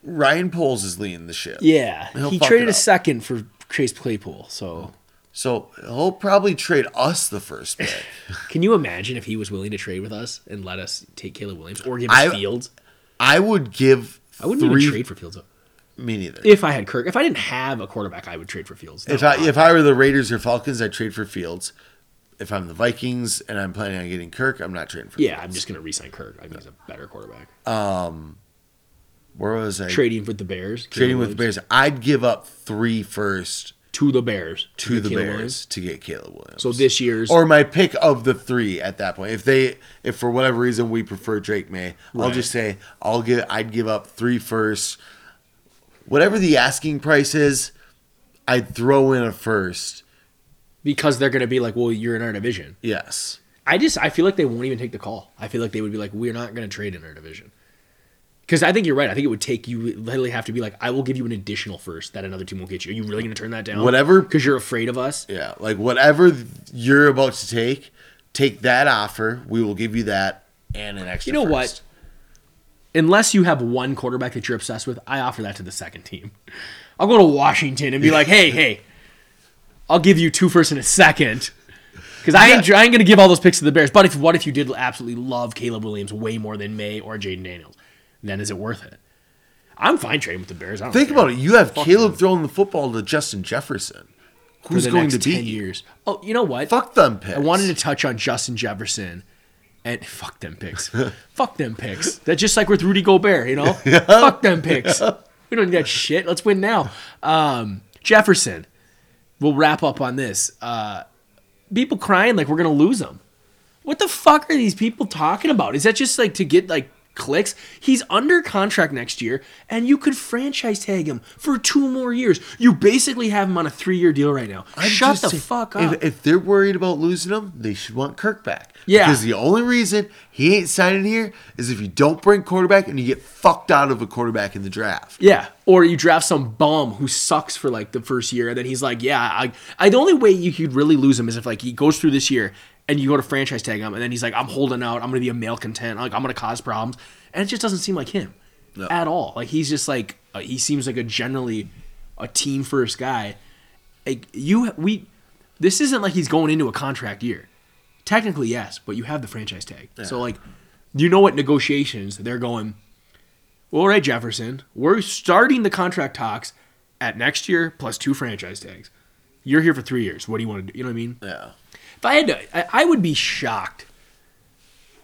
S2: Ryan Poles is leading the ship.
S3: yeah.
S2: He'll
S3: he
S2: fuck
S3: traded
S2: it
S3: a
S2: up.
S3: second for Chase Claypool. So
S2: So he'll probably trade us the first pick.
S3: can you imagine if he was willing to trade with us and let us take Caleb Williams or give us
S2: I-
S3: Fields?
S2: I would give.
S3: I wouldn't
S2: three,
S3: even trade for Fields though.
S2: Me neither.
S3: If I had Kirk, if I didn't have a quarterback, I would trade for Fields.
S2: If
S3: No.
S2: I if I were the Raiders or Falcons, I'd trade for Fields. If I'm the Vikings and I'm planning on getting Kirk, I'm not trading for.
S3: yeah, I'm just gonna resign Kirk. I mean, he's a better quarterback.
S2: Where was I?
S3: Trading with the Bears,
S2: trading
S3: Caleb
S2: with the
S3: Williams,
S2: Bears. I'd give up three first
S3: to the Bears
S2: to the
S3: Caleb
S2: Bears
S3: Williams.
S2: to get Caleb Williams.
S3: So this year's
S2: or my pick of the three at that point. If they, if for whatever reason we prefer Drake May, I'll
S3: Right.
S2: just say I'll give. I'd give up three firsts, whatever the asking price is. I'd throw in a first.
S3: because they're gonna be like, well, you're in our division.
S2: Yes,
S3: I just I feel like they won't even take the call. I feel like they would be like, we're not going to trade in our division. Because I think you're right. I think it would take you literally have to be like, I will give you an additional first that another team will get you. Are you really going to turn that down?
S2: Whatever-
S3: Because you're afraid of us.
S2: yeah, like whatever you're about to take, take that offer. We will give you that and an extra.
S3: You know
S2: first.
S3: what? Unless you have one quarterback that you're obsessed with, I offer that to the second team. I'll go to Washington and be like, hey, hey, I'll give you two first and a second. Because I ain't, I ain't going to give all those picks to the Bears. But if what if you did absolutely love Caleb Williams way more than May or Jaden Daniels? Then is it worth it? I'm fine trading with the Bears. I don't
S2: Think
S3: care.
S2: about it. You have Caleb throwing the football to Justin Jefferson.
S3: For
S2: Who's
S3: the
S2: going
S3: next
S2: to beat
S3: 10
S2: you?
S3: years. Oh, you know what?
S2: Fuck them picks.
S3: I wanted to touch on Justin Jefferson and fuck them picks. fuck them picks. That's just like with Rudy Gobert, you know? Fuck them picks. We don't need that shit. Let's win now. Um, Jefferson, we'll wrap up on this. Uh, people crying like we're going to lose him. What the fuck are these people talking about? Is that just like to get like clicks? He's under contract next year, and you could franchise tag him for two more years. You basically have him on a three year deal right now.
S2: I'm
S3: Shut
S2: just
S3: the
S2: saying,
S3: fuck
S2: if-
S3: up.
S2: If, they're worried about losing him, they should want Kirk back.
S3: Yeah.
S2: Because the only reason he ain't signing here is if you don't bring quarterback and you get fucked out of a quarterback in the draft.
S3: Yeah, or you draft some bum who sucks for like the first year, and then he's like, "Yeah, I." I the only way you could really lose him is if like he goes through this year and you go to franchise tag him, and then he's like, "I'm holding out. I'm gonna be a male content. Like I'm gonna cause problems," and it just doesn't seem like him at all. Like he's just like uh, he seems like a generally a team first guy. Like you, we. This isn't like he's going into a contract year. Technically, yes, but you have the franchise tag, so like you know what negotiations they're going. Well, all right, Jefferson, we're starting the contract talks at next year plus two franchise tags. You're here for three years. What do you want to do? You know what I mean?
S2: Yeah.
S3: If I had to, I, I would be shocked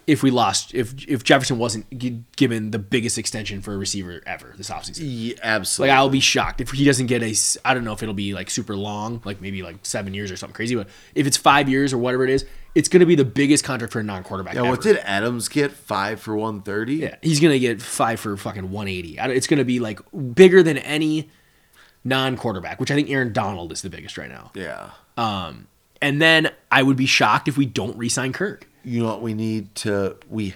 S3: if we lost, if if Jefferson wasn't g- given the biggest extension for a receiver ever this offseason.
S2: yeah
S3: Like,
S2: absolutely.
S3: I'll be shocked if he doesn't get a, s- I don't know if it'll be like super long, like maybe like seven years or something crazy, but if it's five years or whatever it is, it's going to be the biggest contract for a non quarterback
S2: yeah, what did Adams get? Five for 130?
S3: yeah, he's gonna get five for fucking one eighty. It's gonna be like bigger than any non-quarterback, which I think Aaron Donald is the biggest right now.
S2: Yeah.
S3: And then I would be shocked if we don't re-sign Kirk.
S2: You know what we need to. We.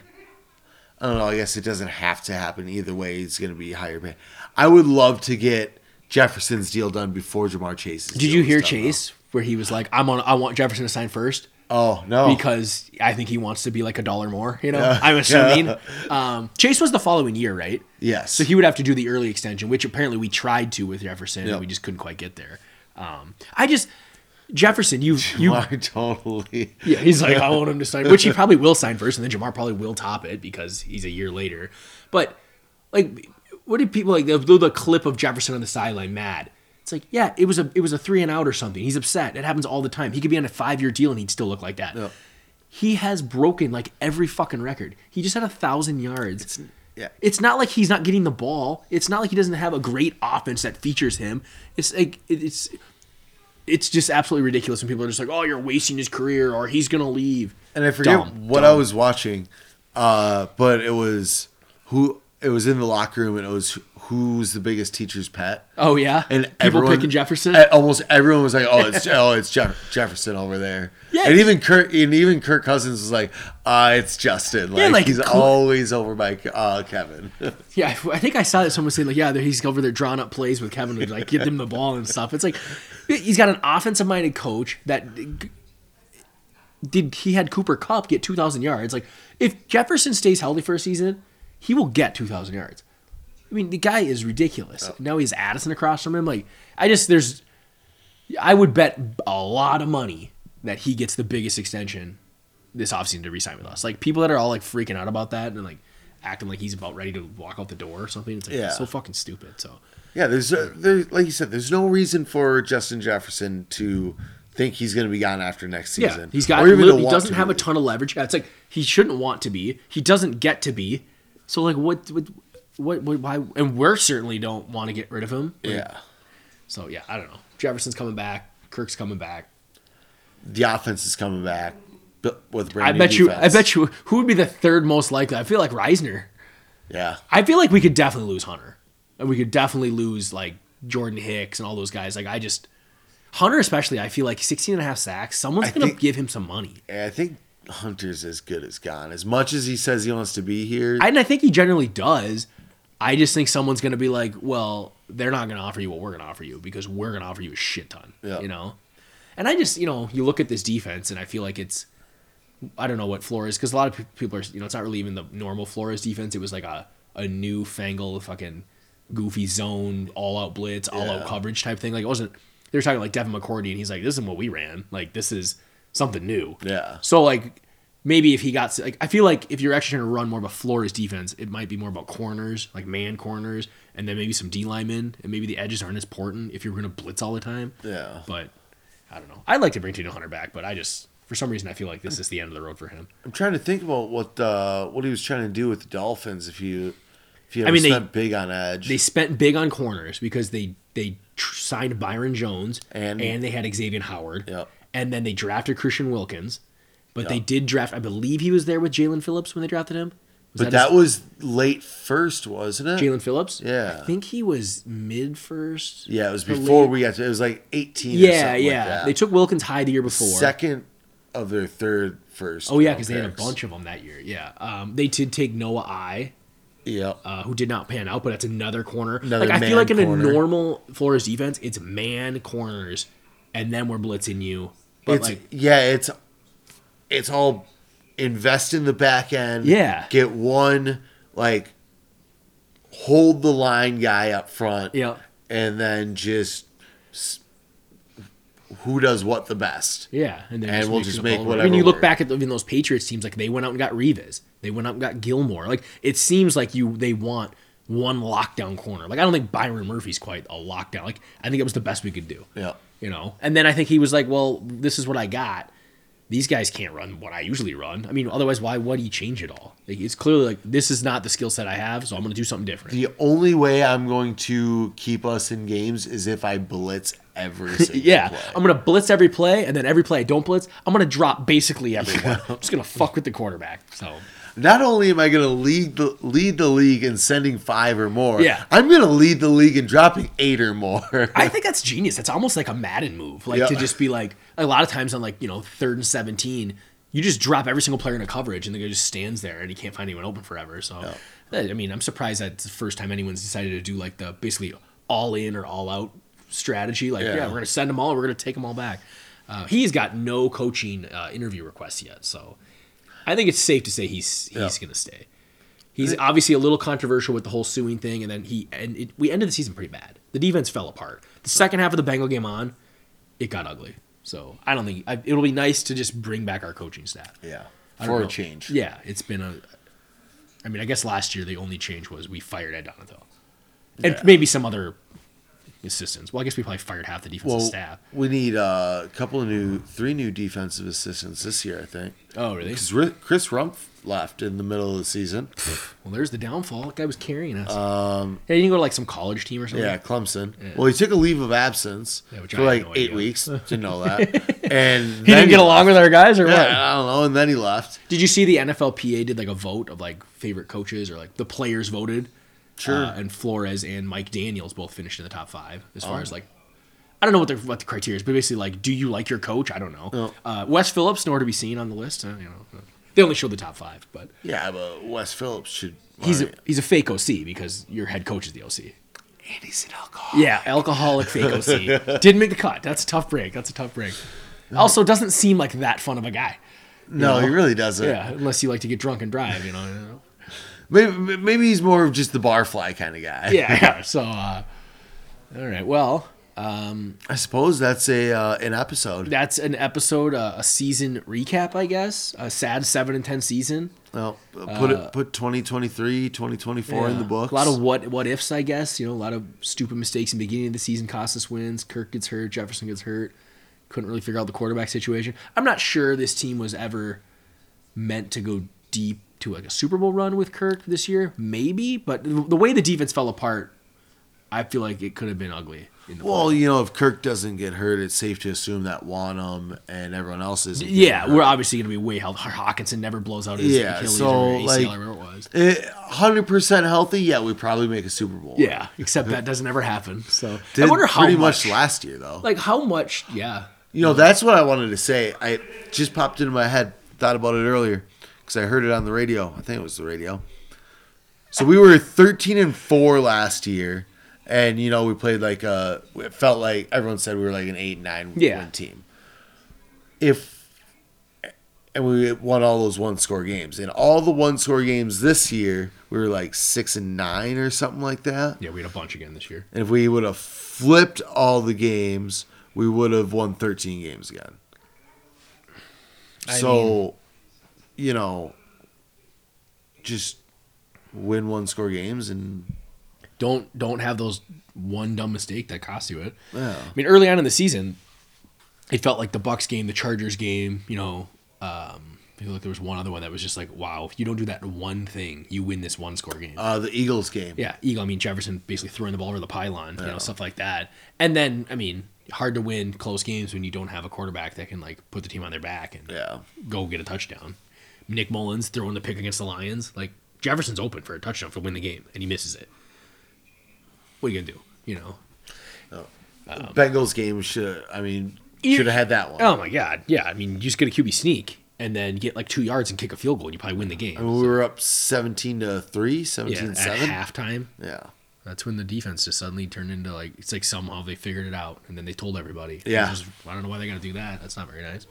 S2: I don't know. I guess it doesn't have to happen either way. It's going to be higher pay. I would love to get Jefferson's deal done before Jamar Chase's.
S3: Did
S2: deal
S3: you
S2: was
S3: hear
S2: done, though.
S3: Chase where he was like, "I'm on. I want Jefferson to sign first.
S2: Oh no!
S3: because I think he wants to be like a dollar more. You know, I'm assuming. Um, Chase was the following year, right?
S2: yes,
S3: So he would have to do the early extension, which apparently we tried to with Jefferson,
S2: Yep.
S3: and we just couldn't quite get there. Um, I just Jefferson, you you
S2: Why, totally.
S3: yeah, he's like I want him to sign, which he probably will sign first, and then Jamar probably will top it because he's a year later. But like, what did people like the, the clip of Jefferson on the sideline mad? It's like yeah, it was a it was a three and out or something. He's upset. It happens all the time. He could be on a five year deal and he'd still look like that. He has broken like every fucking record. He just had a thousand yards.
S2: yeah.
S3: It's not like he's not getting the ball. It's not like he doesn't have a great offense that features him. It's like it- it's it's just absolutely ridiculous when people are just like, "Oh, you're wasting his career," or "He's gonna leave."
S2: And I forget
S3: Dumb,
S2: what I
S3: dumb.
S2: was watching, uh, but it was who it was in the locker room, and it was who's the biggest teacher's pet.
S3: Oh yeah,
S2: And
S3: people
S2: everyone,
S3: picking Jefferson.
S2: eh, Almost everyone was like, "Oh, it's oh, it's Jeff- Jefferson over there."
S3: Yeah.
S2: and even Kirk and even Kirk Cousins was like, "Ah, it's Justin." Like,
S3: like,
S2: he's
S3: Cl-
S2: always over by uh, Kevin.
S3: yeah, I think I saw that someone saying like, "Yeah, there- he's over there drawing up plays with Kevin to like get them the ball and stuff." It's like he's got an offensive minded coach that did he had Cooper Cup get two thousand yards. Like if Jefferson stays healthy for a season, he will get two thousand yards. I mean, the guy is ridiculous. Now he's Addison across from him. Like I just there's, I would bet a lot of money that he gets the biggest extension this offseason to resign with us. Like people that are all like freaking out about that and like acting like he's about ready to walk out the door or something. It's like
S2: Yeah.
S3: so fucking stupid. So
S2: yeah, there's uh, there, like you said, there's no reason for Justin Jefferson to think he's going to be gone after next
S3: yeah,
S2: season.
S3: he's got
S2: Or even to
S3: li- he
S2: want
S3: doesn't
S2: to
S3: have a
S2: be.
S3: ton of leverage. Yeah, It's like he shouldn't want to be. He doesn't get to be. So like what what what, what why and we're certainly don't want to get rid of him. Like,
S2: Yeah,
S3: So yeah, I don't know. Jefferson's coming back. Kirk's coming back.
S2: the offense is coming back bu- with brand
S3: I bet you. I bet you. Who would be the third most likely? I feel like Reisner.
S2: Yeah,
S3: I feel like we could definitely lose Hunter, and we could definitely lose like Jordan Hicks and all those guys. Like I just Hunter especially. I feel like 16 and a half sacks. Someone's
S2: I
S3: gonna
S2: think-
S3: give him some money.
S2: And I think Hunter's as good as gone. As much as he says he wants to be here,
S3: I- and I think he generally does. I just think someone's going to be like, well, they're not going to offer you what we're going to offer you because we're going to offer you a shit ton,
S2: Yeah.
S3: you know? And I just, you know, you look at this defense and I feel like it's, I don't know what floor is because a lot of pe- people are, you know, it's not really even the normal Flores defense. It was like a, a new fangle fucking goofy zone, all out blitz, all out
S2: Yeah.
S3: coverage type thing. Like it wasn't, they were talking like Devin McCourty and he's like, this isn't what we ran. Like this is something new.
S2: Yeah.
S3: So like maybe if he got like I feel like if you're actually trying to run more of a Flores defense, it might be more about corners, like man corners, and then maybe some D linemen, and maybe the edges aren't as important if you're going to blitz all the time.
S2: Yeah.
S3: But I don't know. I'd like to bring Tino Hunter back, but I just for some reason I feel like this is the end of the road for him.
S2: I'm trying to think about what uh, what he was trying to do with the Dolphins. If you if you
S3: I
S2: ever
S3: mean, they-
S2: spent big on edge,
S3: They spent big on corners because they they tr- signed Byron Jones
S2: And-
S3: they had Xavier Howard.
S2: Yep.
S3: And then they drafted Christian Wilkins. But they did draft I believe he was there with Jalen Phillips when they drafted him. Was
S2: but that,
S3: his-
S2: was late first, wasn't it?
S3: Jalen Phillips.
S2: Yeah.
S3: I think he was mid first.
S2: yeah, it was
S3: The
S2: before
S3: late-
S2: we got to. It was like 18. or
S3: Yeah,
S2: something like
S3: yeah.
S2: that.
S3: They took Wilkins high the year before.
S2: second of their third first.
S3: oh yeah,
S2: round
S3: because they had a
S2: picks.
S3: bunch of them that year. Yeah. Um, they did take Noah I,
S2: Yeah,
S3: uh, who did not pan out, but that's another corner.
S2: Another
S3: like I
S2: man
S3: feel like in
S2: corner.
S3: a normal Flores defense, it's man corners, and then we're blitzing you. But
S2: it's
S3: like,
S2: yeah, it's it's all invest in the back end.
S3: Yeah.
S2: get one like hold the line guy up front.
S3: Yeah.
S2: and then just s- who does what the best.
S3: yeah, and then
S2: And we'll
S3: mixing
S2: just
S3: up
S2: make
S3: all over. I
S2: whatever
S3: mean, you look
S2: work.
S3: back at the, even those Patriots teams, like they went out and got Revis, they went out and got Gilmore. Like it seems like you they want one lockdown corner. Like I don't think Byron Murphy's quite a lockdown. Like I think it was the best we could do.
S2: Yeah,
S3: you know. And then I think he was like, "Well, this is what I got. These guys can't run what I usually run. I mean, otherwise, why would he change it all? Like, it's clearly like this is not the skill set I have, so I'm going to do something different."
S2: the only way I'm going to keep us in games is if I blitz every single
S3: Yeah, Um,
S2: play.
S3: I'm gonna blitz every play, and then every play I don't blitz, I'm gonna drop basically everyone. I'm just gonna fuck with the quarterback. So
S2: Not only am I going to lead the lead the league in sending five or more,
S3: Yeah.
S2: I'm going to lead the league in dropping eight or more.
S3: I think that's genius. That's almost like a Madden move, like
S2: Yeah.
S3: to just be like a lot of times on like you know third and seventeen, you just drop every single player in a coverage, and the guy just stands there and he can't find anyone open forever. So, eh, I mean, I'm surprised that's the first time anyone's decided to do like the basically all in or all out strategy. Like, yeah,
S2: Yeah.
S3: we're gonna send them all, we're gonna take them all back. Uh, he's got no coaching uh, interview requests yet, so I think it's safe to say he's he's
S2: Yeah.
S3: going to stay. He's obviously a little controversial with the whole suing thing, and then he and it, we ended the season pretty bad. The defense fell apart. The second half of the Bengal game on, it got ugly. So I don't think I, it'll be nice to just bring back our coaching staff.
S2: Yeah.
S3: I don't
S2: For a
S3: know.
S2: change.
S3: Yeah, it's been a. I mean, I guess last year the only change was we fired Ed Donato, and
S2: Yeah.
S3: maybe some other assistants. Well, I guess we probably fired half the defensive
S2: Well,
S3: staff.
S2: we need uh, a couple of new, three new defensive assistants this year, I think.
S3: Oh, really?
S2: Because Chris Rumpf left in the middle of the season.
S3: Well, there's the downfall. That guy was carrying us. Um, yeah, you can go to like some college team or something.
S2: Yeah, Clemson. Well, he took a leave of absence
S3: Yeah, which I
S2: for
S3: had
S2: like
S3: no
S2: eight
S3: idea.
S2: weeks. Didn't know that. And
S3: He didn't get along with our guys or what?
S2: Yeah, I don't know. And then he left.
S3: Did you see the NFLPA did like a vote of like favorite coaches or like the players voted?
S2: Sure.
S3: Uh, and Flores and Mike Daniels both finished in the top five as
S2: Oh.
S3: far as like. I don't know what the what the criteria is, but basically like, do you like your coach? I don't know.
S2: No.
S3: Uh, Wes Phillips nowhere to be seen on the list. Uh, you know, they only showed the top five, but
S2: Yeah, but Wes Phillips should.
S3: he's
S2: all
S3: a,
S2: right.
S3: he's a fake OC because your head coach is the OC.
S2: and he's an alcoholic.
S3: Yeah, alcoholic fake OC didn't make the cut. That's a tough break. That's a tough break.
S2: Oh.
S3: Also, doesn't seem like that fun of a guy.
S2: No, he really doesn't.
S3: Yeah, unless you like to get drunk and drive, you know. you know.
S2: Maybe, maybe he's more of just the barfly kind of guy.
S3: yeah, yeah. So, uh, all right. Well,
S2: I suppose that's a uh, an episode.
S3: that's an episode, uh, a season recap, I guess. A sad seven and ten season.
S2: Well, put it put 2023, 2024 in
S3: Uh, Yeah.
S2: the books.
S3: A lot of what what ifs, I guess. You know, a lot of stupid mistakes in the beginning of the season cost us wins. Kirk gets hurt. Jefferson gets hurt. Couldn't really figure out the quarterback situation. I'm not sure this team was ever meant to go deep to like a Super Bowl run with Kirk this year. Maybe, but the the way the defense fell apart, I feel like it could have been ugly. In the
S2: Well, you know, if Kirk doesn't get hurt, it's safe to assume that Wanham and everyone else is.
S3: Yeah, we're obviously going to be way held. Hawkinson never blows out his
S2: Yeah,
S3: Achilles
S2: so,
S3: or ACL
S2: like-
S3: or whatever it was.
S2: Eh, hundred percent healthy. Yeah, we probably make a Super Bowl.
S3: Yeah, except that doesn't ever happen. So
S2: Did
S3: I wonder how
S2: pretty
S3: much,
S2: much, last year though.
S3: like how much. Yeah,
S2: you know, that's what I wanted to say. I it just popped into my head, thought about it earlier because I heard it on the radio. I think it was the radio. So we were thirteen and four last year, and you know we played like a. It felt like everyone said we were like an eight nine
S3: Yeah.
S2: win team. If and we won all those one score games. In all the one score games this year, we were like six and nine or something like that.
S3: yeah, we had a bunch again this year.
S2: And if we would have flipped all the games, we would have won 13 games again. so, you know, just win one score games and
S3: Don't don't have those one dumb mistake that cost you it.
S2: Yeah.
S3: I mean, early on in the season, it felt like the Bucks game, the Chargers game. You know, um, I feel like there was one other one that was just like, wow, if you don't do that one thing, you win this one score game.
S2: uh, the Eagles game.
S3: Yeah, Eagle. I mean, Jefferson basically throwing the ball over the pylon, you know, stuff like that. And then, I mean, hard to win close games when you don't have a quarterback that can like put the team on their back and
S2: Yeah.
S3: go get a touchdown. Nick Mullins throwing the pick against the Lions, like Jefferson's open for a touchdown for win the game, and he misses it. What are you gonna do? You know?
S2: Bengals game should, I mean,
S3: Um, You-
S2: should have had that one.
S3: Oh my God! Yeah, I mean, you just get a QB sneak and then get like two yards and kick a field goal, and you probably win the game.
S2: I mean, we were up 17 to 3,
S3: yeah,
S2: 17
S3: at
S2: 7.
S3: halftime,
S2: Yeah.
S3: That's when the defense just suddenly turned into like it's like somehow they figured it out and then they told everybody.
S2: Yeah.
S3: It was just- I don't know why they got to do that. That's not very nice.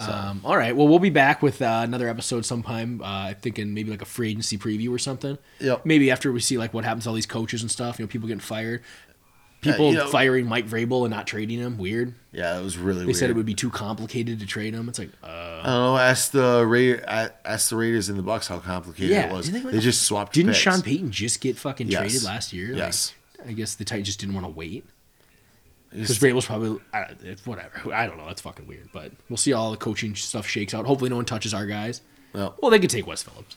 S3: Um, all right, well we'll be back with uh, another episode sometime. Uh, I'm thinking maybe like a free agency preview or something.
S2: Yep.
S3: Maybe after we see like what happens to all these coaches and stuff. You know, people getting fired. People
S2: you know-
S3: firing Mike Vrabel and not trading him. Weird.
S2: Yeah, it was really
S3: They
S2: weird.
S3: said it would be too complicated to trade him. It's like, uh,
S2: I don't know. Ask the Ra- a- ask the Raiders and the Bucks how complicated
S3: Yeah,
S2: it was.
S3: do you think-
S2: They just swapped.
S3: didn't
S2: picks.
S3: Sean Payton just get fucking
S2: Yes.
S3: traded last year? Like,
S2: Yes.
S3: I guess the Titans just didn't want to wait. Because
S2: He's-
S3: Vrabel's probably I don't- if- whatever. I don't know. That's fucking weird. But we'll see how all the coaching stuff shakes out. Hopefully, no one touches our guys.
S2: Well,
S3: Well, they could take Wes Phillips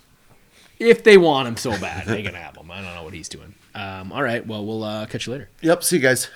S3: if they want him so bad. they can have him. I don't know what he's doing. Um, all right. Well, we'll uh, catch you later.
S2: yep. See you guys.